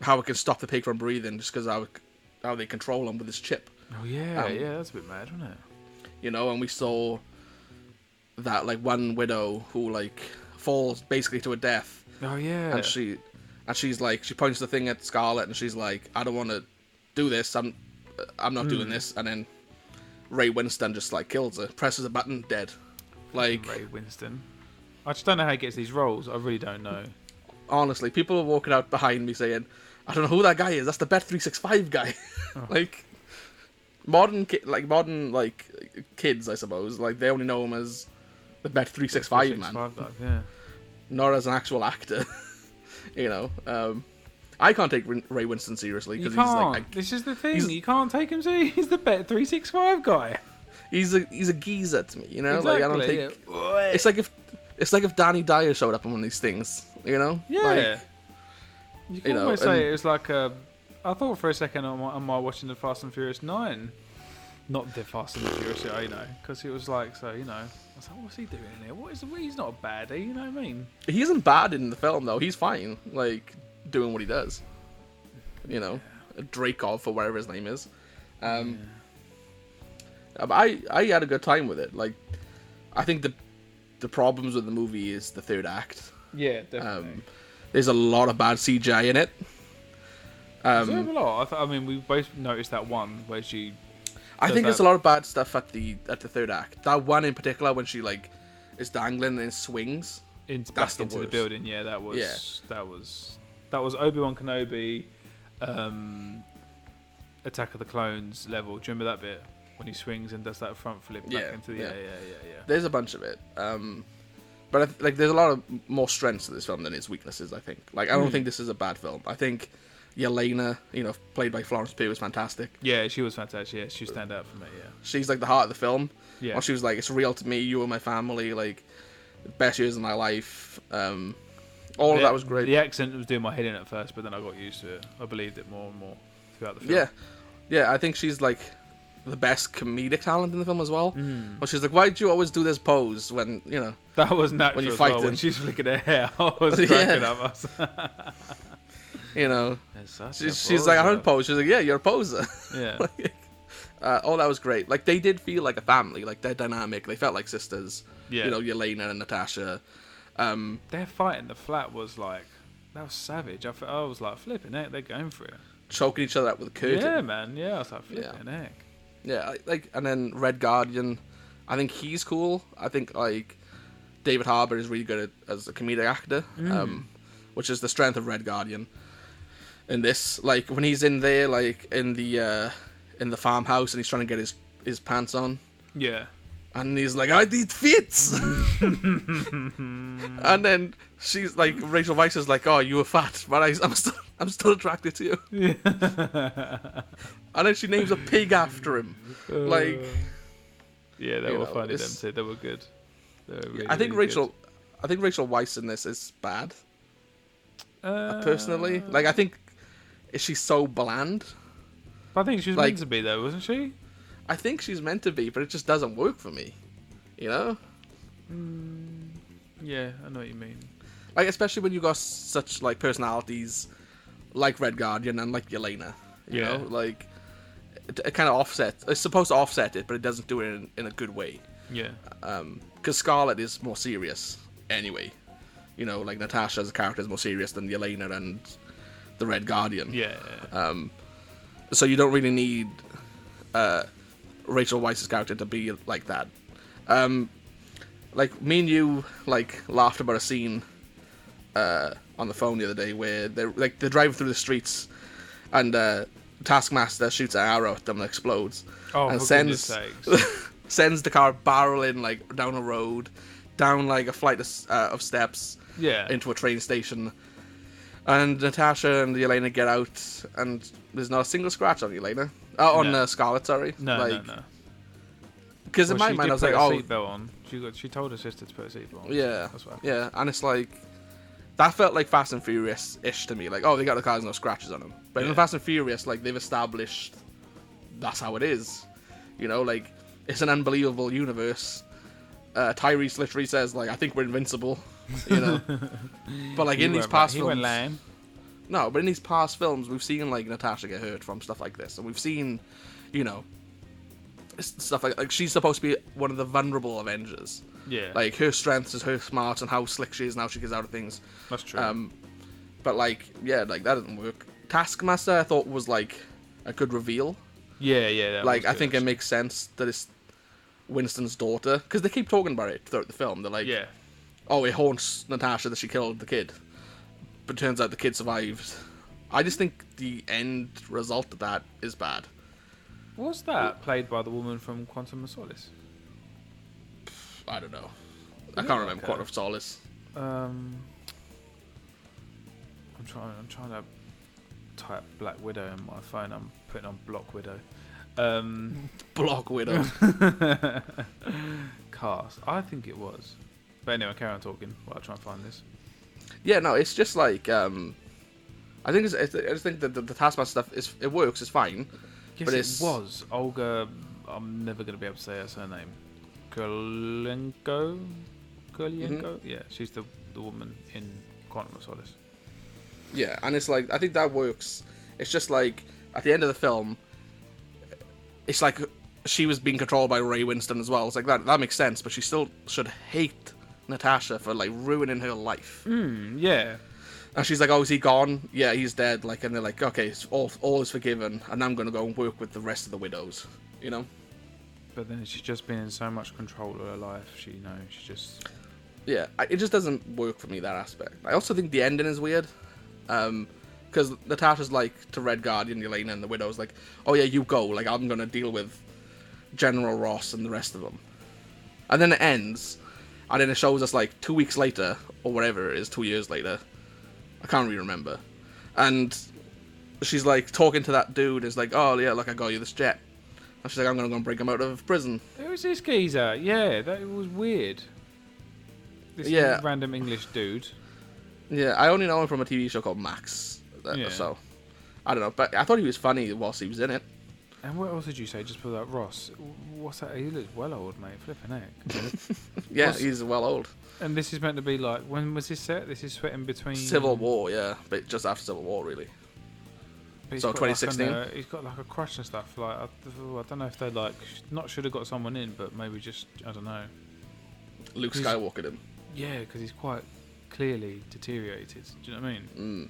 how it can stop the pig from breathing just because how how they control them with this chip,
Oh yeah,
Um,
yeah. That's a bit mad, wasn't it?
you know. And we saw that like one widow who like falls basically to her death,
Oh yeah.
and she and she's like she points the thing at Scarlet, and she's like, I don't want to do this. I'm uh, I'm not
Hmm.
doing this, and then. Ray Winston just like kills her, presses a button, dead. Like
Ray Winston. I just don't know how he gets these roles. I really don't know.
honestly, people are walking out behind me saying, "I don't know who that guy is. That's the Bet three six five guy."
Oh.
*laughs* like modern, ki- like modern, like kids, I suppose. Like they only know him as the Bet three six five man,
Five, like,
*laughs*
yeah.
not as an actual actor. *laughs* you know, um, I can't take Rin- Ray Winston seriously
You
because
can't.
he's like a,
this is the thing.
he's-
You can't take him seriously. *laughs* He's the bet three six five guy.
he's a he's a geezer to me. You know, like I don't
Exactly,
think it's like if it's like if Danny Dyer showed up on one of these things. You know,
Yeah.
Like,
you can
you know,
almost say
and-
it was like a. I thought for a second, am I, am I watching the Fast and Furious Nine? Not the Fast and the Furious, I know, because it was like so. You know, I was like, what's he doing in there? What is? He's not a baddie. You know what I mean?
he isn't bad in the film though. He's fine, like doing what he does. You know, Dracov or whatever his name is. Um, um, I I had a good time with it. Like, I think the the problems with the movie is the third act.
Yeah, definitely.
Um, there's a lot of bad CGI in it. Um,
Is there a lot? I, th- I mean, we both noticed that one where she
I
Does
think there's
that-
a lot of bad stuff at the at the third act. That one in particular when she like is dangling and swings.
in, back
That's the
into the
worst.
building. Yeah, that was
Yeah.
that was that was Obi Wan Kenobi, um, Attack of the Clones level. Do you remember that bit when he swings and does that front flip back
Yeah,
into the
yeah.
yeah yeah yeah yeah.
There's a bunch of it. Um, but I th- like, there's a lot of more strengths to this film than its weaknesses. I think. Like, I don't think this is a bad film. I think Yelena, you know, played by Florence Pugh, was fantastic.
Yeah, she was fantastic. Yeah, she stand out for me. Yeah,
She's like the heart of the film.
Yeah.
While she was like, "It's real to me. You were my family. Like, the best years of my life." Um, all of
The-
that was great.
The accent was doing my head in at first, but then I got used to it. I believed it more and more throughout the film.
Yeah, yeah. I think she's like the best comedic talent in the film as well. Well, she's like, "Why do you always do this pose when you know?"
that was natural.
you
as well.
fight
when
them.
she's flicking her hair, *laughs* I was
*laughs* Yeah.
cracking up. I was like,
You know,
"There's such a
she's, she's like, "I
poser."
don't pose." She's like, "Yeah, you're a poser." *laughs*
Yeah,
Like, uh, oh, that was great. Like they did feel like a family. Like they're dynamic. They felt like sisters.
Yeah.
You know, Yelena and Natasha. Um,
their fight in the flat was like that was savage. I, fe- I was like flipping it. They're going for it.
choking each other up with a
Yeah,
curtain.
man. Yeah, I was like flipping heck.
Yeah. I- Like and then Red Guardian. I think he's cool. I think like David Harbour is really good at, as a comedic actor,
Mm.
um, which is the strength of Red Guardian. In this, like when he's in there, like in the uh, in the farmhouse, and he's trying to get his his pants on.
Yeah.
And he's like, I need fits. *laughs* and then she's like, Rachel Weisz is like, oh, you were fat, but I, I'm still, I'm still attracted to you.
*laughs*
and then she names a pig after him. Like,
Yeah, they
You
were
know,
funny them
it's-
too. They were good. They were really,
I think
really
Rachel, I think Rachel Weisz in this is bad
good. Uh,
personally. like, I think is she so bland?
I think she was
like-
meant to be though, wasn't she?
I think she's meant to be, but it just doesn't work for me. You know,
Yeah, I know what you mean.
like especially when you got such like personalities like red guardian and like yelena you
Yeah.
know like it, it kind of offsets it's supposed to offset it but it doesn't do it in, in a good way
Yeah.
because scarlet is more serious anyway you know like natasha as a character is more serious than yelena and the red guardian
Yeah.
so you don't really need uh, Rachel Weisz's character to be like that. Um, like me and you like laughed about a scene uh, on the phone the other day where they're like they're driving through the streets and uh, Taskmaster shoots an arrow at them and explodes
Oh,
and
for
sends
goodness sakes.
*laughs* sends the car barreling like down a road, down like a flight of, s- uh, of steps,
Yeah.
into a train station. And Natasha and Elena get out, and there's not a single scratch on Elena. Oh, on
No.
uh, Scarlet, sorry.
No,
like,
no, no.
Because in
Well,
my
she
mind,
did
I was
put
like,
a
oh,
seatbelt on. She got, she told her sister to put a seatbelt on. so
yeah,
that's what happened.
yeah, and it's like that felt like Fast and Furious-ish to me. Like, oh, they got the cars, no scratches on them. But
Yeah.
in Fast and Furious, like they've established that's how it is. You know, like it's an unbelievable universe. Uh, Tyrese literally says, like, I think we're invincible.
*laughs*
You know, but like
He
in these
went ra-
past
he
films,
went lame.
No, but in these past films, we've seen like Natasha get hurt from stuff like this, and we've seen, you know, s- stuff like like she's supposed to be one of the vulnerable Avengers.
Yeah,
Like her strength is her smarts and how slick she is and how she gets out of things.
that's true.
Um, but like, yeah, like that doesn't work. Taskmaster, I thought was like a good reveal.
yeah, yeah. that
Like,
was
I think
good.
it makes sense that it's Winston's daughter because they keep talking about it throughout the film. They're like,
Yeah,
oh, it haunts Natasha that she killed the kid. But turns out the kid survives. I just think the end result of that is bad.
was that played by the woman from Quantum of Solace?
I don't know. I can't remember Quantum of Solace. *laughs*
Um, I'm trying. I'm trying to type Black Widow in my phone. I'm putting on Block Widow. Um,
Block Widow. *laughs*
cast. I think it was. But anyway, carry on talking while I try and find this.
yeah, no, it's just like um, I think it's, it's, I just think that the, the Taskmaster stuff is it works. It's fine.
Yes,
But
it
it's-
was Olga. I'm never going to be able to say her surname. Kurlenko. Kurlenko. Yeah, she's the the woman in Quantum of Solace.
Yeah, and it's like I think that works. It's just like at the end of the film, it's like she was being controlled by Ray Winston as well. It's like that that makes sense, but she still should hate Natasha for like ruining her life.
Hmm. Yeah.
And she's like, "Oh, is he gone? Yeah, he's dead." Like, and they're like, "Okay, it's all all is forgiven, and I'm gonna go and work with the rest of the widows." You know?
But then she's just been in so much control of her life. She you know she just
Yeah, I- it just doesn't work for me that aspect. I also think the ending is weird. Um 'cause because Natasha's like to Red Guardian, Elena, and the Widow's like, "Oh yeah, you go. Like, I'm gonna deal with General Ross and the rest of them." And then it ends, and then it shows us like two weeks later or whatever it is, two years later. I can't really remember. And she's like talking to that dude. Is like, "Oh yeah, like I got you this jet." And she's like, "I'm gonna go and break him out of prison."
Who was this geezer? Yeah, that was weird. This
Yeah.
random English dude.
Yeah, I only know him from a TV show called Max. uh,
Yeah.
So, I don't know. But I thought he was funny whilst he was in it. *laughs*
And what else did you say? Just put that Ross. What's that? He looks well old, mate. Flipping heck.
*laughs* Yeah,
What's-
he's well old.
and this is meant to be like when was this set? This is set in between
Civil War, yeah, but just after Civil War, really.
But he's
so
got, like, an,
2016?
uh, he's got like a crush and stuff. Like I, I don't know if they like sh- not should have got someone in, but maybe just I don't know.
Luke
He's-
Skywalker did.
Yeah, because he's quite clearly deteriorated. Do you know what I mean?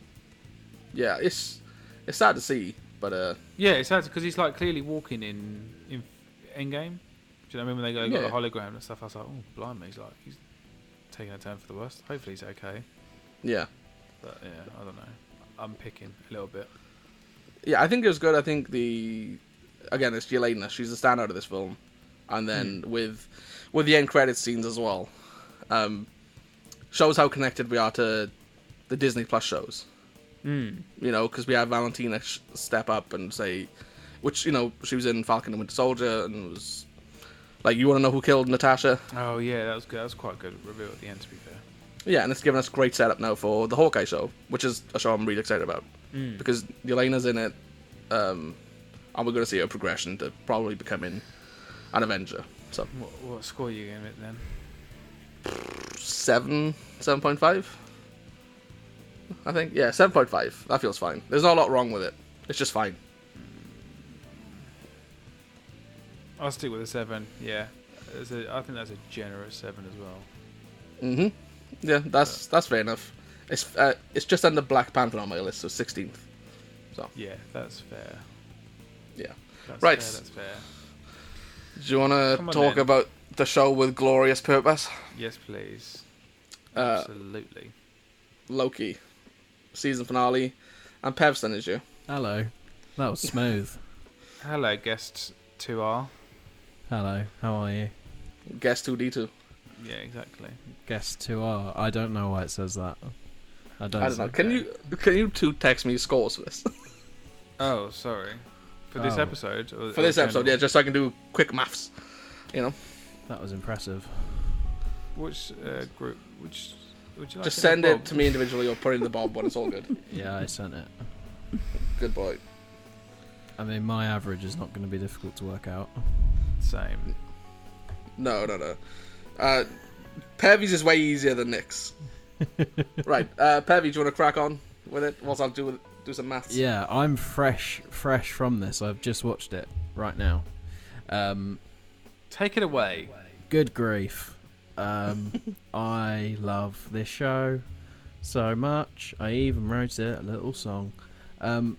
Yeah, it's it's sad to see, but uh,
Yeah, it's sad because he's like clearly walking in in Endgame. Do you know what I mean? When they go
Yeah.
got the hologram and stuff, I was like, oh, blimey, he's like he's taking a turn for the worst. Hopefully he's okay,
yeah,
but yeah, I don't know. I'm picking a little bit.
yeah. I think it was good. I think the again, it's Yelena. She's the standout of this film, and then with with the end credits scenes as well, um, shows how connected we are to the Disney Plus shows.
Mm.
you know, because we had Valentina sh- step up and say, which you know she was in Falcon and Winter Soldier and was like, you want to know who killed Natasha?
Oh yeah, that was good. That was quite a good reveal at the end. To be fair,
Yeah, and it's given us great setup now for the Hawkeye show, which is a show I'm really excited about
Hmm.
because Yelena's in it, um, and we're going to see her progression to probably becoming an Avenger. So
what, what score are you giving it then?
seven, seven point five. I think yeah, seven point five. That feels fine. There's not a lot wrong with it. It's just fine.
I'll stick with a seven. Yeah, It's a- I think that's a generous seven as well.
hmm
Mm-hmm.
Yeah, that's that's fair enough. It's uh, it's just under Black Panther on my list, so sixteenth.
Yeah, that's fair.
Yeah.
That's
Right.
fair, that's fair.
Do you want
Come on
to talk
then.
about the show with glorious purpose?
Yes, please.
Uh,
Absolutely.
Loki, season finale, and Pevston is you.
Hello. That was smooth.
Hello, guests. Two R.
Hello. How are you?
Guess two D two.
Yeah, exactly.
Guess two are. I don't know why it says that. I don't.
I don't know.
think-
Can you can you two text me scores for this
Oh, sorry. For this
Oh.
episode. Or,
for this
or
episode?
general?
Yeah, just so I can do quick maths. You know,
That was impressive.
Which uh, group? Which? Would you like
just
to
send
know,
it
Bob?
to me individually or put it in the Bob one. It's all good.
*laughs* Yeah, I sent it.
Good boy.
I mean, my average is not going to be difficult to work out.
Same.
No, no, no. Uh, Pevy's is way easier than Nick's. right, uh, Pevy, do you want to crack on with it? Whilst I'll do do some maths.
Yeah, I'm fresh, fresh from this. I've just watched it right now. Um,
Take it away.
good grief.
*laughs*
Um, I love this show so much. I even wrote it a little song. Um,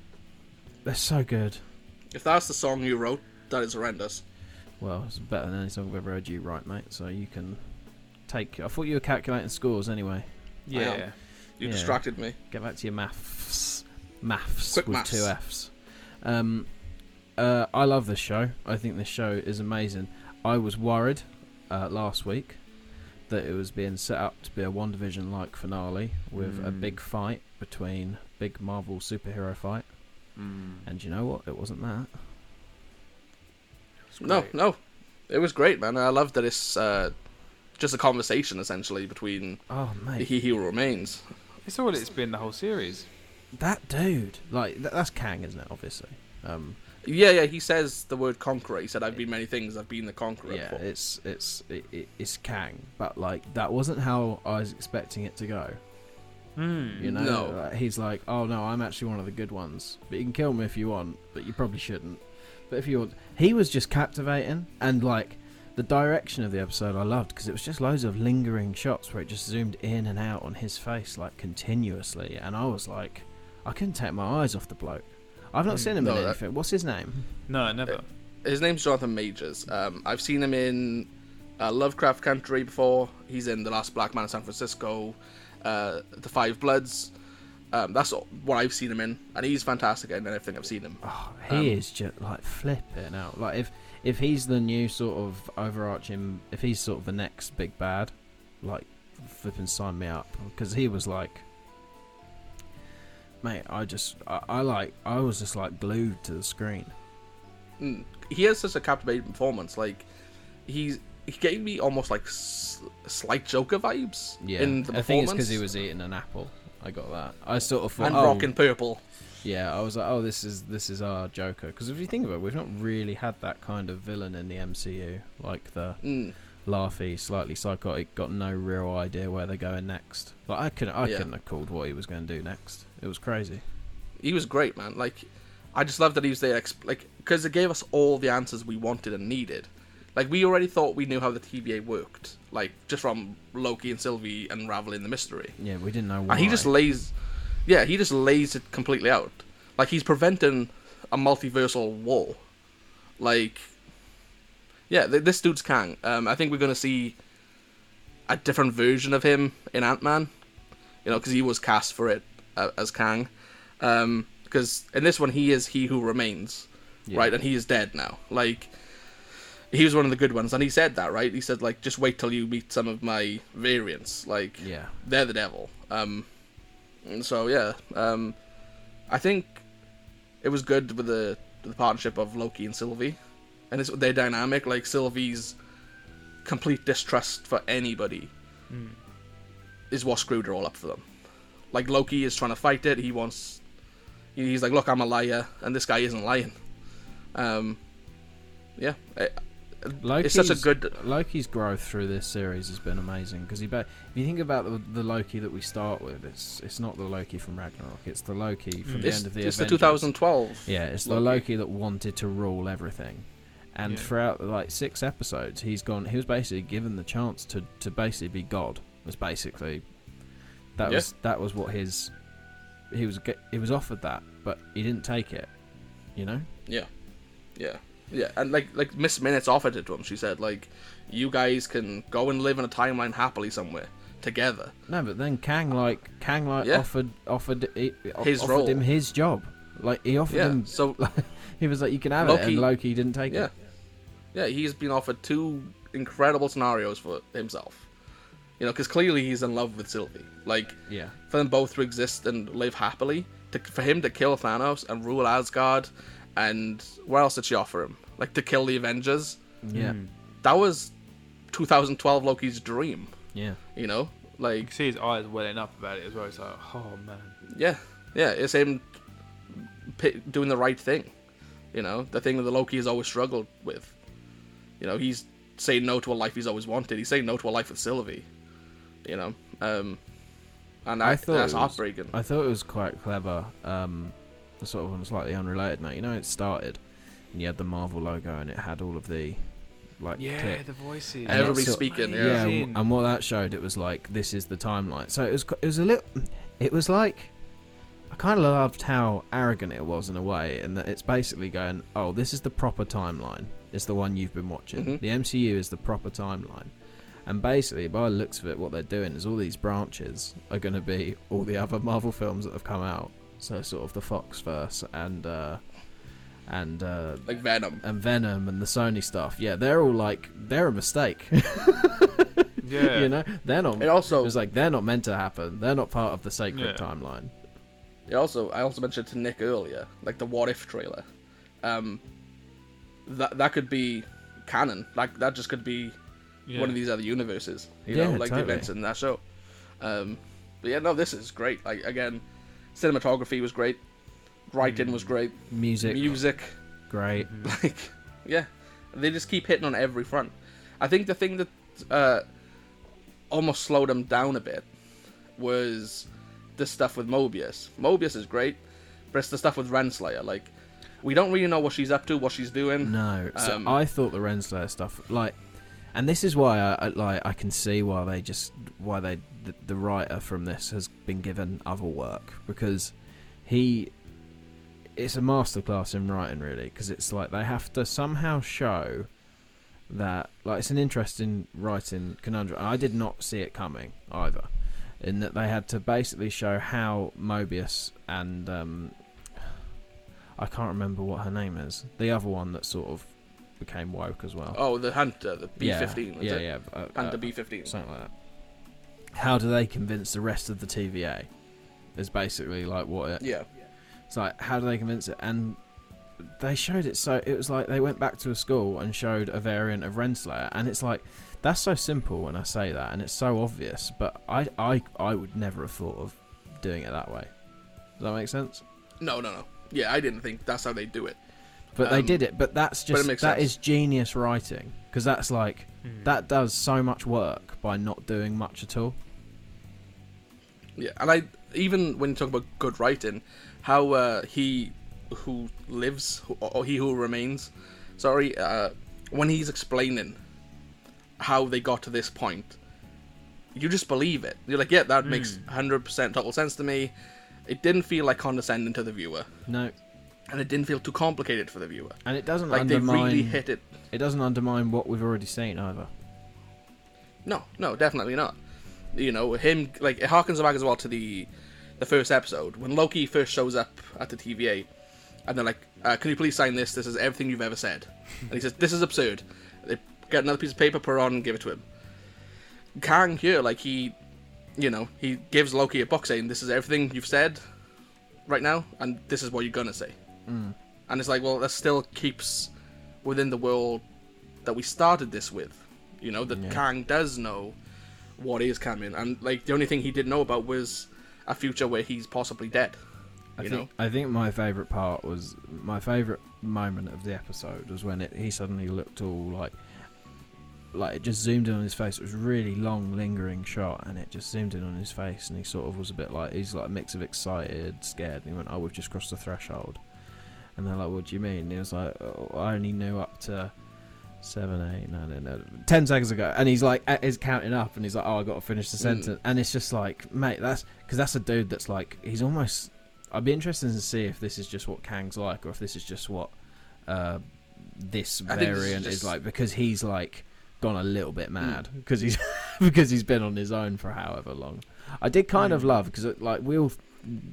they're so good.
If that's the song you wrote, that is horrendous.
Well, it's better than any song I've ever heard you write, mate. So you can take. I thought you were calculating scores anyway.
Yeah.
You
Yeah.
distracted me.
Get back to your maths. Maths
Quick
with
maths.
two Fs. Um, uh, I love this show. I think this show is amazing. I was worried uh, last week that it was being set up to be a One Division like finale with a
Mm.
big fight between big Marvel superhero fight.
Mm.
And you know what? It wasn't that.
It's
No,
great.
no. It was great, man. I love that it's uh, just a conversation essentially between
Oh
the
mate,
He Who Remains.
It's all it's been the whole series.
that dude! Like th- that's Kang, isn't it? Obviously. Um,
Yeah, yeah. He says the word conqueror. He said, "I've been many things. I've been the conqueror."
yeah,
before."
it's it's it, it- it's Kang, but like that wasn't how I was expecting it to go. You know,
No.
Like, he's like, oh no, I'm actually one of the good ones, but you can kill me if you want, but you probably shouldn't. But if you want, he was just captivating, and like the direction of the episode, I loved because it was just loads of lingering shots where it just zoomed in and out on his face like continuously, and I was like, I couldn't take my eyes off the bloke. I've not seen him
no,
in
that-
anything. What's his name?
No, never.
His name's Jonathan Majors. Um, I've seen him in uh, Lovecraft Country before. He's in The Last Black Man in San Francisco, uh, The Five Bloods. Um, that's all- what I've seen him in, and he's fantastic in everything I've seen him.
Oh, he is just like flipping out. Like if if he's the new sort of overarching, if he's sort of the next big bad, like flipping sign me up because he was like, mate, I just I, I like I was just like glued to the screen.
Mm, He has such a captivating performance. Like he's he gave me almost like s- slight Joker vibes
Yeah,
in the
I
performance.
think it's because he was eating an apple. I got that. I sort of thought,
and
oh,
rocking purple.
yeah, I was like, oh, this is this is our Joker. Because if you think about it, we've not really had that kind of villain in the MCU, like the
Mm.
laughy, slightly psychotic, got no real idea where they're going next. Like I couldn't, I
Yeah.
couldn't have called what he was going to do next. It was crazy.
He was great, man. Like I just love that he was there, exp- like because it gave us all the answers we wanted and needed. Like we already thought we knew how the TVA worked, like just from Loki and Sylvie unraveling the mystery.
Yeah, we didn't know
And
why.
Ah, he just lays, yeah, he just lays it completely out. Like he's preventing a multiversal war. Like, yeah, th- this dude's Kang. Um, I think we're gonna see a different version of him in Ant Man. You know, because he was cast for it uh, as Kang. Because in this one, he is he who remains,
Yeah.
right? And he is dead now. Like. He was one of the good ones, and he said that, right? He said, like, just wait till you meet some of my variants. Like,
Yeah.
they're the devil. Um, so yeah, um, I think it was good with the the partnership of Loki and Sylvie, and it's their dynamic. Like Sylvie's complete distrust for anybody is what screwed her all up for them. Like Loki is trying to fight it. He wants. He's like, look, I'm a liar, and this guy isn't lying. Um, yeah, I-
Loki's,
such a good-
Loki's growth through this series has been amazing because he. Ba- if you think about the, the Loki that we start with, it's it's not the Loki from Ragnarok. It's the Loki from the
Mm. it's,
end of the.
it's the
Avengers.
2012.
Yeah, it's the
Loki.
Loki that wanted to rule everything. And
Yeah.
throughout like six episodes, he's gone. He was basically given the chance to, to basically be God. Was basically that
Yeah.
was that was what his he was ge- he was offered that, but he didn't take it. You know,
Yeah. Yeah, yeah, and like like Miss Minutes offered it to him. She said like, you guys can go and live in a timeline happily somewhere together.
No, but then Kang like Kang like
Yeah.
offered offered it, o-
His
offered
role.
him his job. Like he offered
Yeah,
him.
so-
like, *laughs* he was like, "You can have it,"
Loki-
and Loki didn't take
Yeah,
it.
yeah, he's been offered two incredible scenarios for himself. You know, because clearly he's in love with Sylvie. Like,
Yeah.
for them both to exist and live happily, to, for him to kill Thanos and rule Asgard, and what else did she offer him? Like to kill the Avengers.
Yeah,
That was 2012 Loki's dream.
yeah.
You know, like
You can see his eyes welling up about it as well. It's like, oh man.
Yeah, yeah, it's him pi doing the right thing. You know, the thing that the Loki has always struggled with. You know, he's saying no to a life he's always wanted. He's saying no to a life with Sylvie. You know, um, and I,
I thought
that's
it was-
heartbreaking.
I thought it was quite clever. Um, sort of on a slightly unrelated note. You know, it started, and you had the Marvel logo, and it had all of the like
Yeah,
clip.
the voices.
And
Everybody's
it's sort-
speaking.
yeah.
yeah,
Yeah. um,
w- and what that showed it was like this is the timeline. So it was qu- it was a little it was like I kind of loved how arrogant it was in a way, and that it's basically going, oh, this is the proper timeline. It's the one you've been watching. The MCU is the proper timeline. And basically, by the looks of it, what they're doing is all these branches are going to be all the other Marvel films that have come out. So sort of the Foxverse and uh, and uh,
Like Venom.
and Venom and the Sony stuff. Yeah, they're all like they're a mistake.
Yeah.
you know they're not
And also-
it was like they're not meant to happen they're not part of the sacred
Yeah.
timeline
Yeah, also, I also mentioned to Nick earlier, like the What If trailer. Um, that that could be canon. Like that just could be
Yeah.
one of these other universes. You
Yeah,
know, like the
totally.
events in that show. Um, but yeah, no, this is great. Like again, cinematography was great, writing was great,
Mm. music
music, *laughs* Mm-hmm.
great
like yeah, they just keep hitting on every front. I think the thing that uh, almost slowed them down a bit was the stuff with Mobius. Mobius is great, but it's the stuff with Renslayer. Like we don't really know what she's up to, what she's doing.
no so
Um,
i thought the renslayer stuff like and this is why I, I like i can see why they just why they the, the writer from this has been given other work because he it's a masterclass in writing really because it's like they have to somehow show that like it's an interesting writing conundrum and i did not see it coming either in that they had to basically show how mobius and um i can't remember what her name is the other one that sort of became woke as well
Oh, the Hunter, the B
Yeah,
fifteen.
yeah yeah uh,
Panther
uh,
B fifteen.
something like that how do they convince the rest of the tva is basically like what it,
Yeah.
it's like, how do they convince it? And they showed it so it was like they went back to a school and showed a variant of Renslayer, and it's like that's so simple when I say that, and it's so obvious. But I, I, I would never have thought of doing it that way. Does that make sense?
No, no, no. Yeah, I didn't think that's how they do it.
But they
Um,
did it. But that's
but it
just that is
makes sense.
genius writing because that's like that does so much work by not doing much at all.
Yeah, and I even when you talk about good writing, how uh, he who lives who- or he who remains, sorry, uh, when he's explaining how they got to this point, you just believe it. You're like, yeah, that makes hundred percent total sense to me. It didn't feel like condescending to the viewer,
No,
and it didn't feel too complicated for the viewer.
and it doesn't
Like
undermine.
they really hit it.
It doesn't undermine what we've already seen either.
No, no, definitely not. You know, him like it harkens back as well to the the first episode when Loki first shows up at the TVA, and they're like, uh, "Can you please sign this? This is everything you've ever said." and he says, "This is absurd." They get another piece of paper, put it on, and give it to him. Kang here, like he, you know, he gives Loki a box saying, "This is everything you've said right now, and this is what you're gonna say."
Mm.
And it's like, well, that still keeps within the world that we started this with. You know, that Kang does know what is coming, and like the only thing he didn't know about was a future where he's possibly dead.
I
you know,
think, I think my favourite part was my favourite moment of the episode was when it, he suddenly looked all like like it just zoomed in on his face. It was a really long, lingering shot, and it just zoomed in on his face, and he sort of was a bit like he's like a mix of excited, scared. And he went, "Oh, we've just crossed the threshold," and they're like, "What do you mean?" And he was like, oh, "I only knew up to." Seven, eight, nine, nine, nine, ten seconds ago, and he's like, uh, he's counting up, and he's like, "Oh, I got to finish
Mm.
the sentence," and it's just like, mate, that's because that's a dude that's like, he's almost I'd be interested to see if this is just what Kang's like, or if this is just what uh, this
I think this is
variant is
just- Mm.
like because he's like gone a little bit mad because he's *laughs* because he's been on his own for however long. I did kind
Mm.
of love because like we all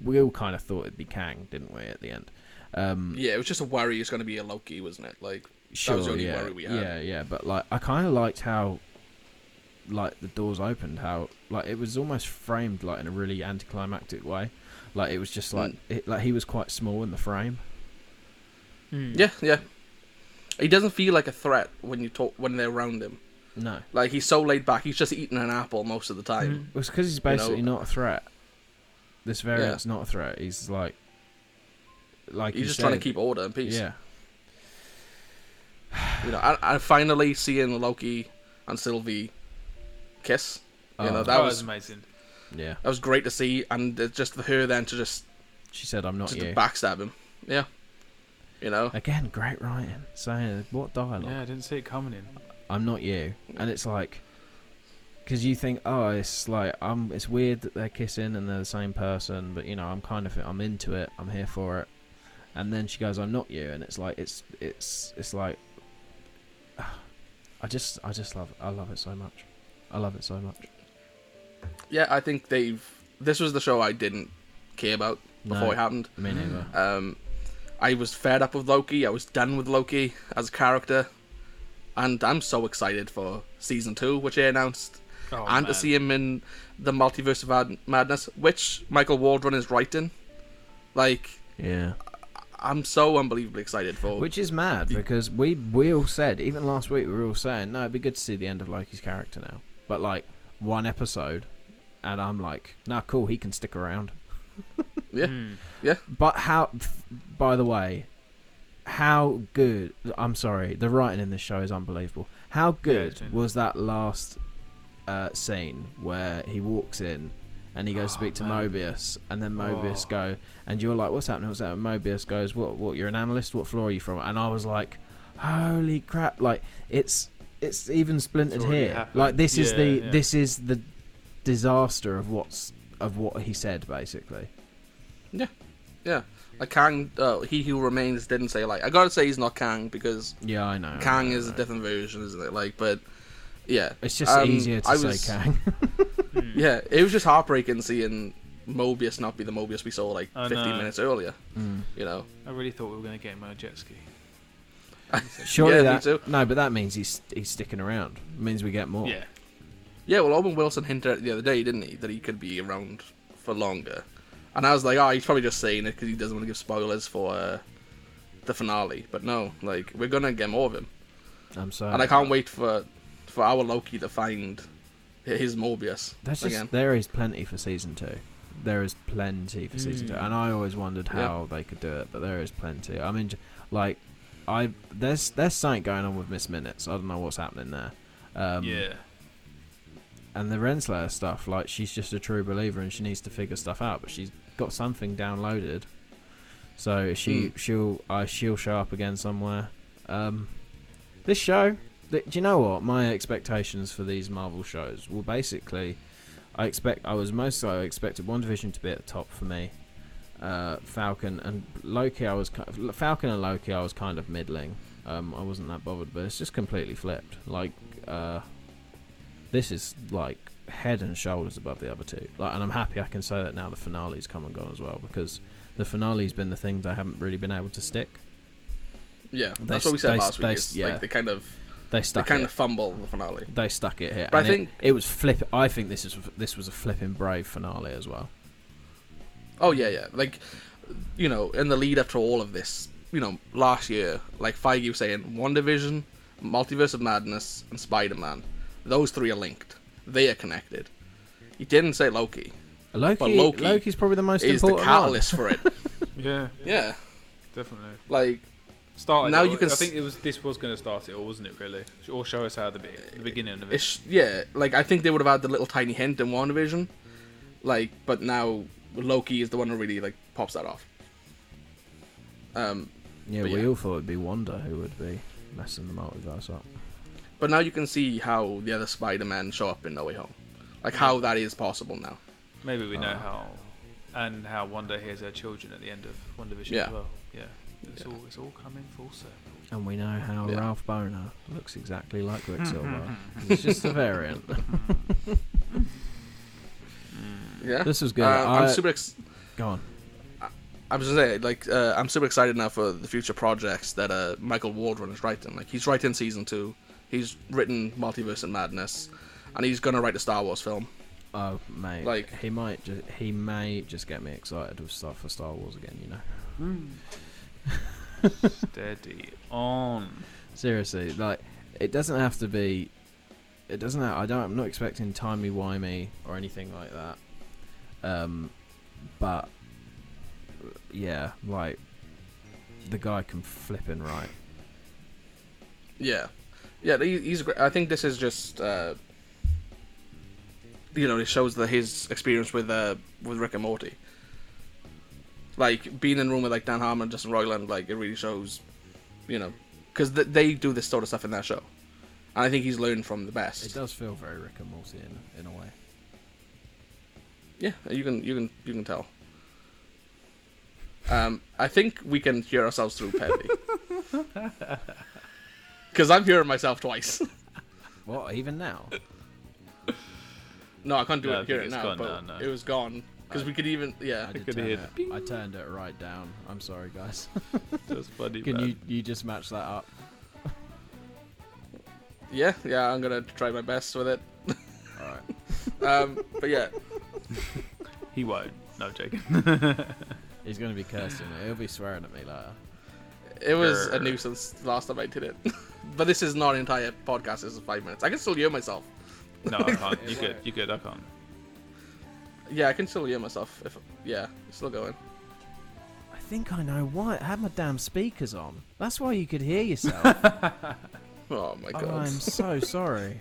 we all kind of thought it'd be Kang, didn't we? At the end, um,
Yeah, it was just a worry. It's going to be a Loki, wasn't it? Like that was the only
yeah,
worry we had.
Yeah, yeah, but like I kind of liked how like the doors opened, how like it was almost framed like in a really anticlimactic way. Like it was
Hmm.
just like it, like he was quite small in the frame.
Yeah, yeah. He doesn't feel like a threat when you talk when they're around him.
No, it
Like he's so laid back. He's just eating an apple most of the time.
was because he's basically not a threat. This variant's not a threat. He's like, like
He's
you
just trying to
said,
keep order and peace.
Yeah,
You know, and, and finally seeing Loki and Sylvie kiss. You
Oh.
know,
That
that
was
was
amazing.
yeah.
that was great to see, and it's just for her then to just
She said, "I'm not
just
you."
to backstab him. Yeah. You know.
Again, great writing. Saying what dialogue?
Yeah, I didn't see it coming in.
I'm not you. And it's like, because you think, oh, it's like, um, it's weird that they're kissing and they're the same person, but you know, I'm kind of, I'm into it, I'm here for it. And then she goes, I'm not you, and it's like, it's, it's, it's like, *sighs* I just, I just love, I love it so much. I love it so much.
Yeah, I think they've. This was the show I didn't care about before
No.
it happened.
Me neither.
Um, I was fed up with Loki. I was done with Loki as a character, and I'm so excited for season two, which they announced,
Oh, man.
and to see him in the Multiverse of Mad- Madness, which Michael Waldron is writing. Like,
Yeah.
I'm so unbelievably excited for.
Which is mad because we we all said even last week we were all saying no it'd be good to see the end of Loki's character now, but like one episode, and I'm like nah cool he can stick around.
yeah,
Hmm.
yeah.
But how? f- By the way, how good? I'm sorry, the writing in this show is unbelievable. How good
it's been-
was that last uh, scene where he walks in and he
Oh,
goes to speak to Mobius, and then Mobius go, and you're like, "What's happening?" What's happening? Mobius goes, "What? What? You're an analyst? What floor are you from?" And I was like, "Holy crap!" Like it's it's even splintered
already
here.
happened.
Like this is
Yeah,
the
yeah.
this is the disaster of what's of what he said basically.
Yeah, yeah. Like Kang, uh, he who remains didn't say like. I gotta say he's not Kang because
Yeah, I know.
Kang
I
is a
know.
different version, isn't it? Like, but yeah,
It's just
Um,
easier to
I
say
was- *laughs*
Kang.
Yeah, it was just heartbreaking seeing Mobius not be the Mobius we saw like
I
15
know.
minutes earlier.
Mm.
You know,
I really thought we were going to get him on a jet ski.
*laughs* Surely
me
that
too.
no, but that means he's he's sticking around. It means we get more.
Yeah.
yeah. Well, Owen Wilson hinted at it the other day, didn't he, that he could be around for longer, and I was like, oh, he's probably just saying it because he doesn't want to give spoilers for uh, the finale. But no, like we're gonna get more of him,
I'm sorry.
and I can't wait for for our Loki to find his Mobius
That's just
again.
there is plenty for season two. There is plenty for season two, and I always wondered
Yeah.
how they could do it, but there is plenty. I mean, j- like I there's there's something going on with Miss Minutes. I don't know what's happening there. Um,
yeah.
And the Renslayer stuff, like she's just a true believer and she needs to figure stuff out, but she's got something downloaded. So she she'll uh, she'll show up again somewhere. Um, this show, th- do you know what my expectations for these Marvel shows? Well, basically, I expect I was most I expected One Division to be at the top for me. Uh, Falcon and Loki, I was kind of, Falcon and Loki, I was kind of middling. Um, I wasn't that bothered, but it's just completely flipped. Like, uh, this is like head and shoulders above the other two. Like, and I'm happy I can say that now. The finale's come and gone as well because the finale's been the thing that I haven't really been able to stick.
yeah,
They
that's what we
s- they
said
s-
last week.
they
is,
s- yeah.
Like they kind of
They
they
stuck
kind
it.
of fumble the finale.
they stuck it here.
But I
and it-
think-
it, was flip. I think this is this was a flipping brave finale as well.
Oh yeah, yeah. Like, you know, in the lead up to all of this, you know, last year, like Feige was saying, One Division, Multiverse of Madness, and Spider Man, those three are linked. They are connected. He didn't say Loki.
Loki,
Loki
Loki's probably the most
Is the
important one.
catalyst for
*laughs*
it.
Yeah.
yeah,
Definitely.
like
Started.
Now
it-
you can
I
s-
think it was this was going to start it all, wasn't it? Really, or show us how the, be- the beginning of it.
it's yeah, like I think they would have had the little tiny hint in One Division, like, but now Loki is the one who really like pops that off. Um,
Yeah,
But
we
yeah.
all thought it'd be Wanda who would be messing the multiverse up.
But now you can see how the other Spider-Man show up in No Way Home. Like how that is possible now. Uh.
Maybe we know how, and how Wanda hears her children at the end of One Division
Yeah.
as well. Yeah. It's all it's all coming full circle.
And we know how
Yeah.
Ralph Boner looks exactly
*laughs*
like Quicksilver. it's just a variant.
Yeah,
This was good.
Uh, I'm
I-
super. Ex-
Go on.
I was gonna say, like, uh, I'm super excited now for the future projects that uh, Michael Waldron is writing. Like, he's writing season two. He's written Multiverse and Madness, and he's gonna write a Star Wars film.
Oh mate,
Like-
he might just he may just get me excited with stuff for Star Wars again. You know,
Steady on.
seriously, like it doesn't have to be. It doesn't. Have, I don't. I'm not expecting timey wimey or anything like that. Um, but yeah, like the guy can flip and right.
Yeah, yeah, he, he's. gr- I think this is just, uh, you know, it shows that his experience with uh, with Rick and Morty, like being in a room with like Dan Harmon, and Justin Roiland, like it really shows, you know, because th- they do this sort of stuff in their show, and I think he's learned from the best.
It does feel very Rick and Morty in in a way.
Yeah, you can you can you can tell. Um, I think we can hear ourselves through Peppy. *laughs* Because I'm hearing myself twice. *laughs*
What even now?
No, I can't do
No, I
it here
think it's
now,
gone
but
now, no.
it was gone. Because we could even,
*laughs*
yeah.
I did
could
turn
hear
it-
the ping.
I turned it right down. I'm sorry,
*laughs*
guys.
That's funny.
Can
man.
you you just match that up?
Yeah, yeah, I'm going to try my best with it.
All right.
Um, but yeah,
He won't. No, Jake.
He's going to be cursing me. He'll be swearing at me later.
it was a
Grr.
nuisance last time I did it. *laughs* but this is not an entire podcast, this is five minutes. I can still hear myself.
*laughs* no, I can't. You good? You good? I can't.
Yeah, I can still hear myself. If Yeah, it's still going.
I think I know why. I had my damn speakers on. That's why you could hear *laughs* yourself.
Oh my god.
I'm so sorry.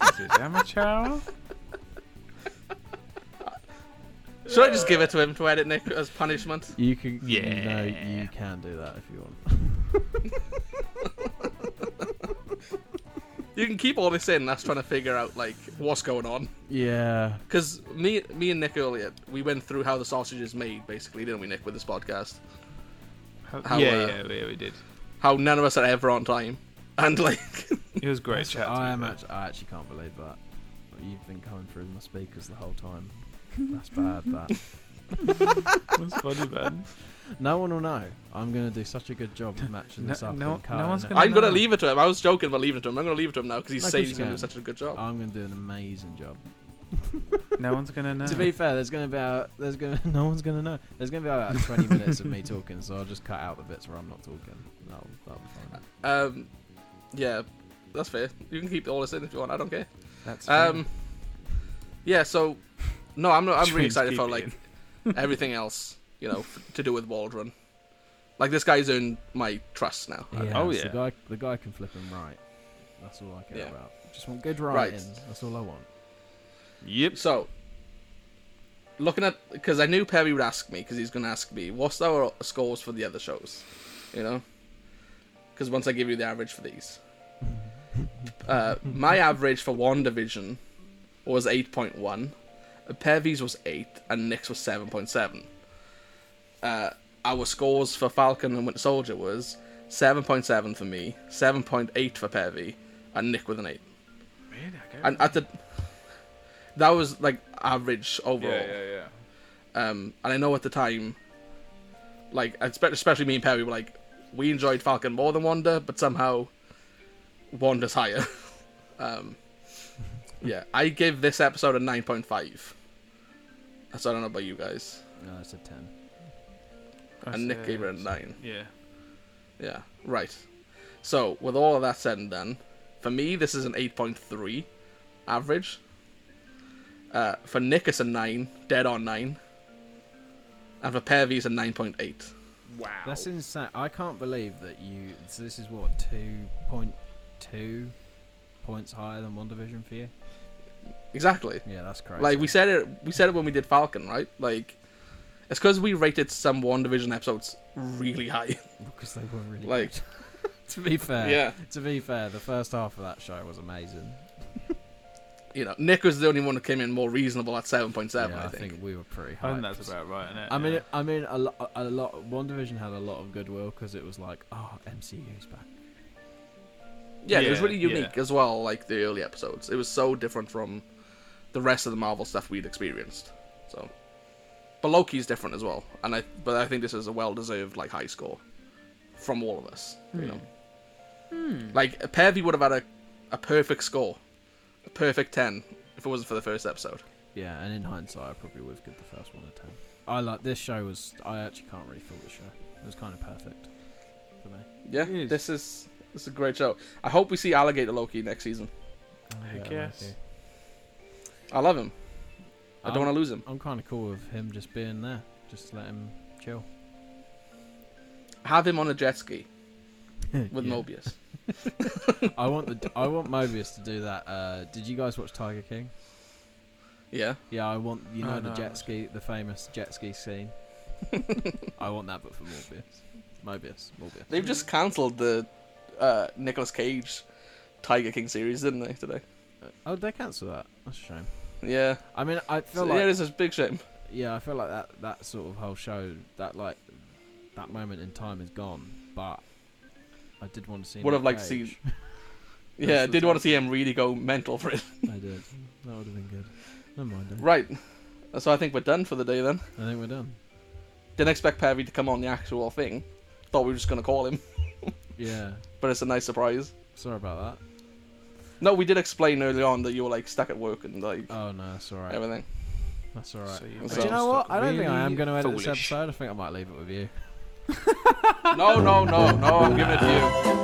This is amateur.
*laughs* Should I just give it to him to edit, Nick, as punishment?
You can. No,
Yeah.
you can do that if you want. *laughs*
You can keep all this in. That's trying to figure out like what's going on.
yeah.
Because me, me and Nick earlier, we went through how the sausage is made, basically, didn't we, Nick, with this podcast? How,
yeah,
uh,
yeah, yeah, we did.
How none of us are ever on time, *laughs* and like,
It was great chat. to
I
be
am.
fair.
Actually, I actually can't believe that. You've been coming through my speakers the whole time. That's bad. *laughs* That.
That's funny, man.
No one will know. I'm going to do such a good job of matching
No-
this up.
no-
and cutting
no one's
it.
gonna-
I'm gonna
No.
leave it to him. I was joking about leaving it to him. I'm gonna leave it to him now because he's
Like,
saying
who's
he's gonna do
gonna-
such a good job.
I'm going to do an amazing job.
No one's gonna know.
To
Uh-huh.
be fair, there's gonna be about there's gonna *laughs* no one's gonna know. There's gonna
*laughs*
be about 20 minutes of me talking, so I'll just cut out the bits where I'm not talking. That'll, that'll be fine.
Um, yeah, that's fair. You can keep all this in if you want. I don't care.
That's
Um, yeah. So, no, I'm not, I'm really
James,
excited
keep
for
it
like everything else, you know, f- to do with Waldron. Like this guy's earned my trust now.
Yeah,
Oh,
it's
yeah.
The guy, the guy can flip and right. That's all I care
Yeah.
about. Just want good
Right.
writing. That's all I want.
Yep.
So, looking at because I knew Perry would ask me because he's going to ask me what's our scores for the other shows, you know. Because once I give you the average for these, uh, my average for WandaVision was eight point one, Pervy's was eight, and Nick's was seven point seven. Uh, our scores for Falcon and Winter Soldier was seven point seven for me, seven point eight for Pervy, and Nick with an eight.
Really? Okay.
And at the that was like average overall.
yeah, yeah, yeah.
Um, and I know at the time, like espe- especially me and Perry were like, we enjoyed Falcon more than Wanda, but somehow Wanda's higher. *laughs* um, yeah, I give this episode a nine point five. So I don't know about you guys.
No, that's a 10.
and Nick gave it a nine.
Yeah.
Yeah, right. So with all of that said and done, for me this is an eight point three average. Uh, for Nick it's a nine, dead on nine. And for Pervy it's a nine point eight.
Wow.
That's insane. I can't believe that you. So this is what 2.2 points higher than one division for you.
Exactly.
Yeah, that's crazy.
Like we said it, we said it when we did Falcon, right? Like, it's because we rated some One Division episodes really high. *laughs*
because they were really
like-
good. *laughs* to be
*laughs*
fair.
Yeah.
To be fair, the first half of that show was amazing.
you know, Nick was the only one who came in more reasonable at seven point seven.
Yeah,
I think.
we were pretty high.
I think that's about right, isn't it?
I mean,
Yeah.
I mean, a lot, a lot. One division had a lot of goodwill because it was like, oh, MCU's back.
Yeah, it was
Yeah,
really unique
yeah.
as well. Like the early episodes, it was so different from the rest of the Marvel stuff we'd experienced. So, but Loki's different as well, and I but I think this is a well deserved like high score from all of us. You know, like Pervy would have had a a perfect score, a perfect ten if it wasn't for the first episode.
Yeah, and in hindsight, I probably would have given the first one a ten. I like this show was. I actually can't really fault the show. It was kind of perfect for me.
Yeah,
Yes.
this is this is a great show. I hope we see Alligator Loki next season.
I
Yeah, like
guess.
you.
I love him. I don't
Um,
want to lose him.
I'm kind of cool with him just being there. Just let him chill. *laughs*
Have him on a jet ski with
Yeah.
Mobius.
I want the. I want Mobius to do that. Uh, did you guys watch Tiger King?
Yeah.
Yeah, I want you
Oh,
know
no,
the
I
jet
watched
ski, the famous jet
*laughs*
ski scene. I want that, but for Morbius, Mobius, Morbius.
They've just cancelled the uh, Nicolas Cage Tiger King series, didn't they, today?
Oh, they cancel that. That's a shame.
Yeah.
I mean, I feel
So,
like
yeah,
yeah,
it's a big shame.
I feel like that that sort of whole show, that like that moment in time is gone. But I did want to see.
Would have
Nick
liked to see- *laughs*
Cage.
Yeah, I
the
did want to see him really go mental for it. *laughs*
I did. That would have been good. Never mind. Then.
right. So I think we're done for the day then.
I think we're done.
Didn't expect Pervy to come on the actual thing. Thought we were just going to call him, *laughs*
Yeah.
but it's a nice surprise.
Sorry about
No, we did explain early on that you were like stuck at work and like
that. Oh no, that's all right.
everything.
That's all right.
So
But
So-
do you know what? I don't think I am going to edit
foolish.
this episode. I think I might leave it with you.
No, no, no, no, I'm giving it to you.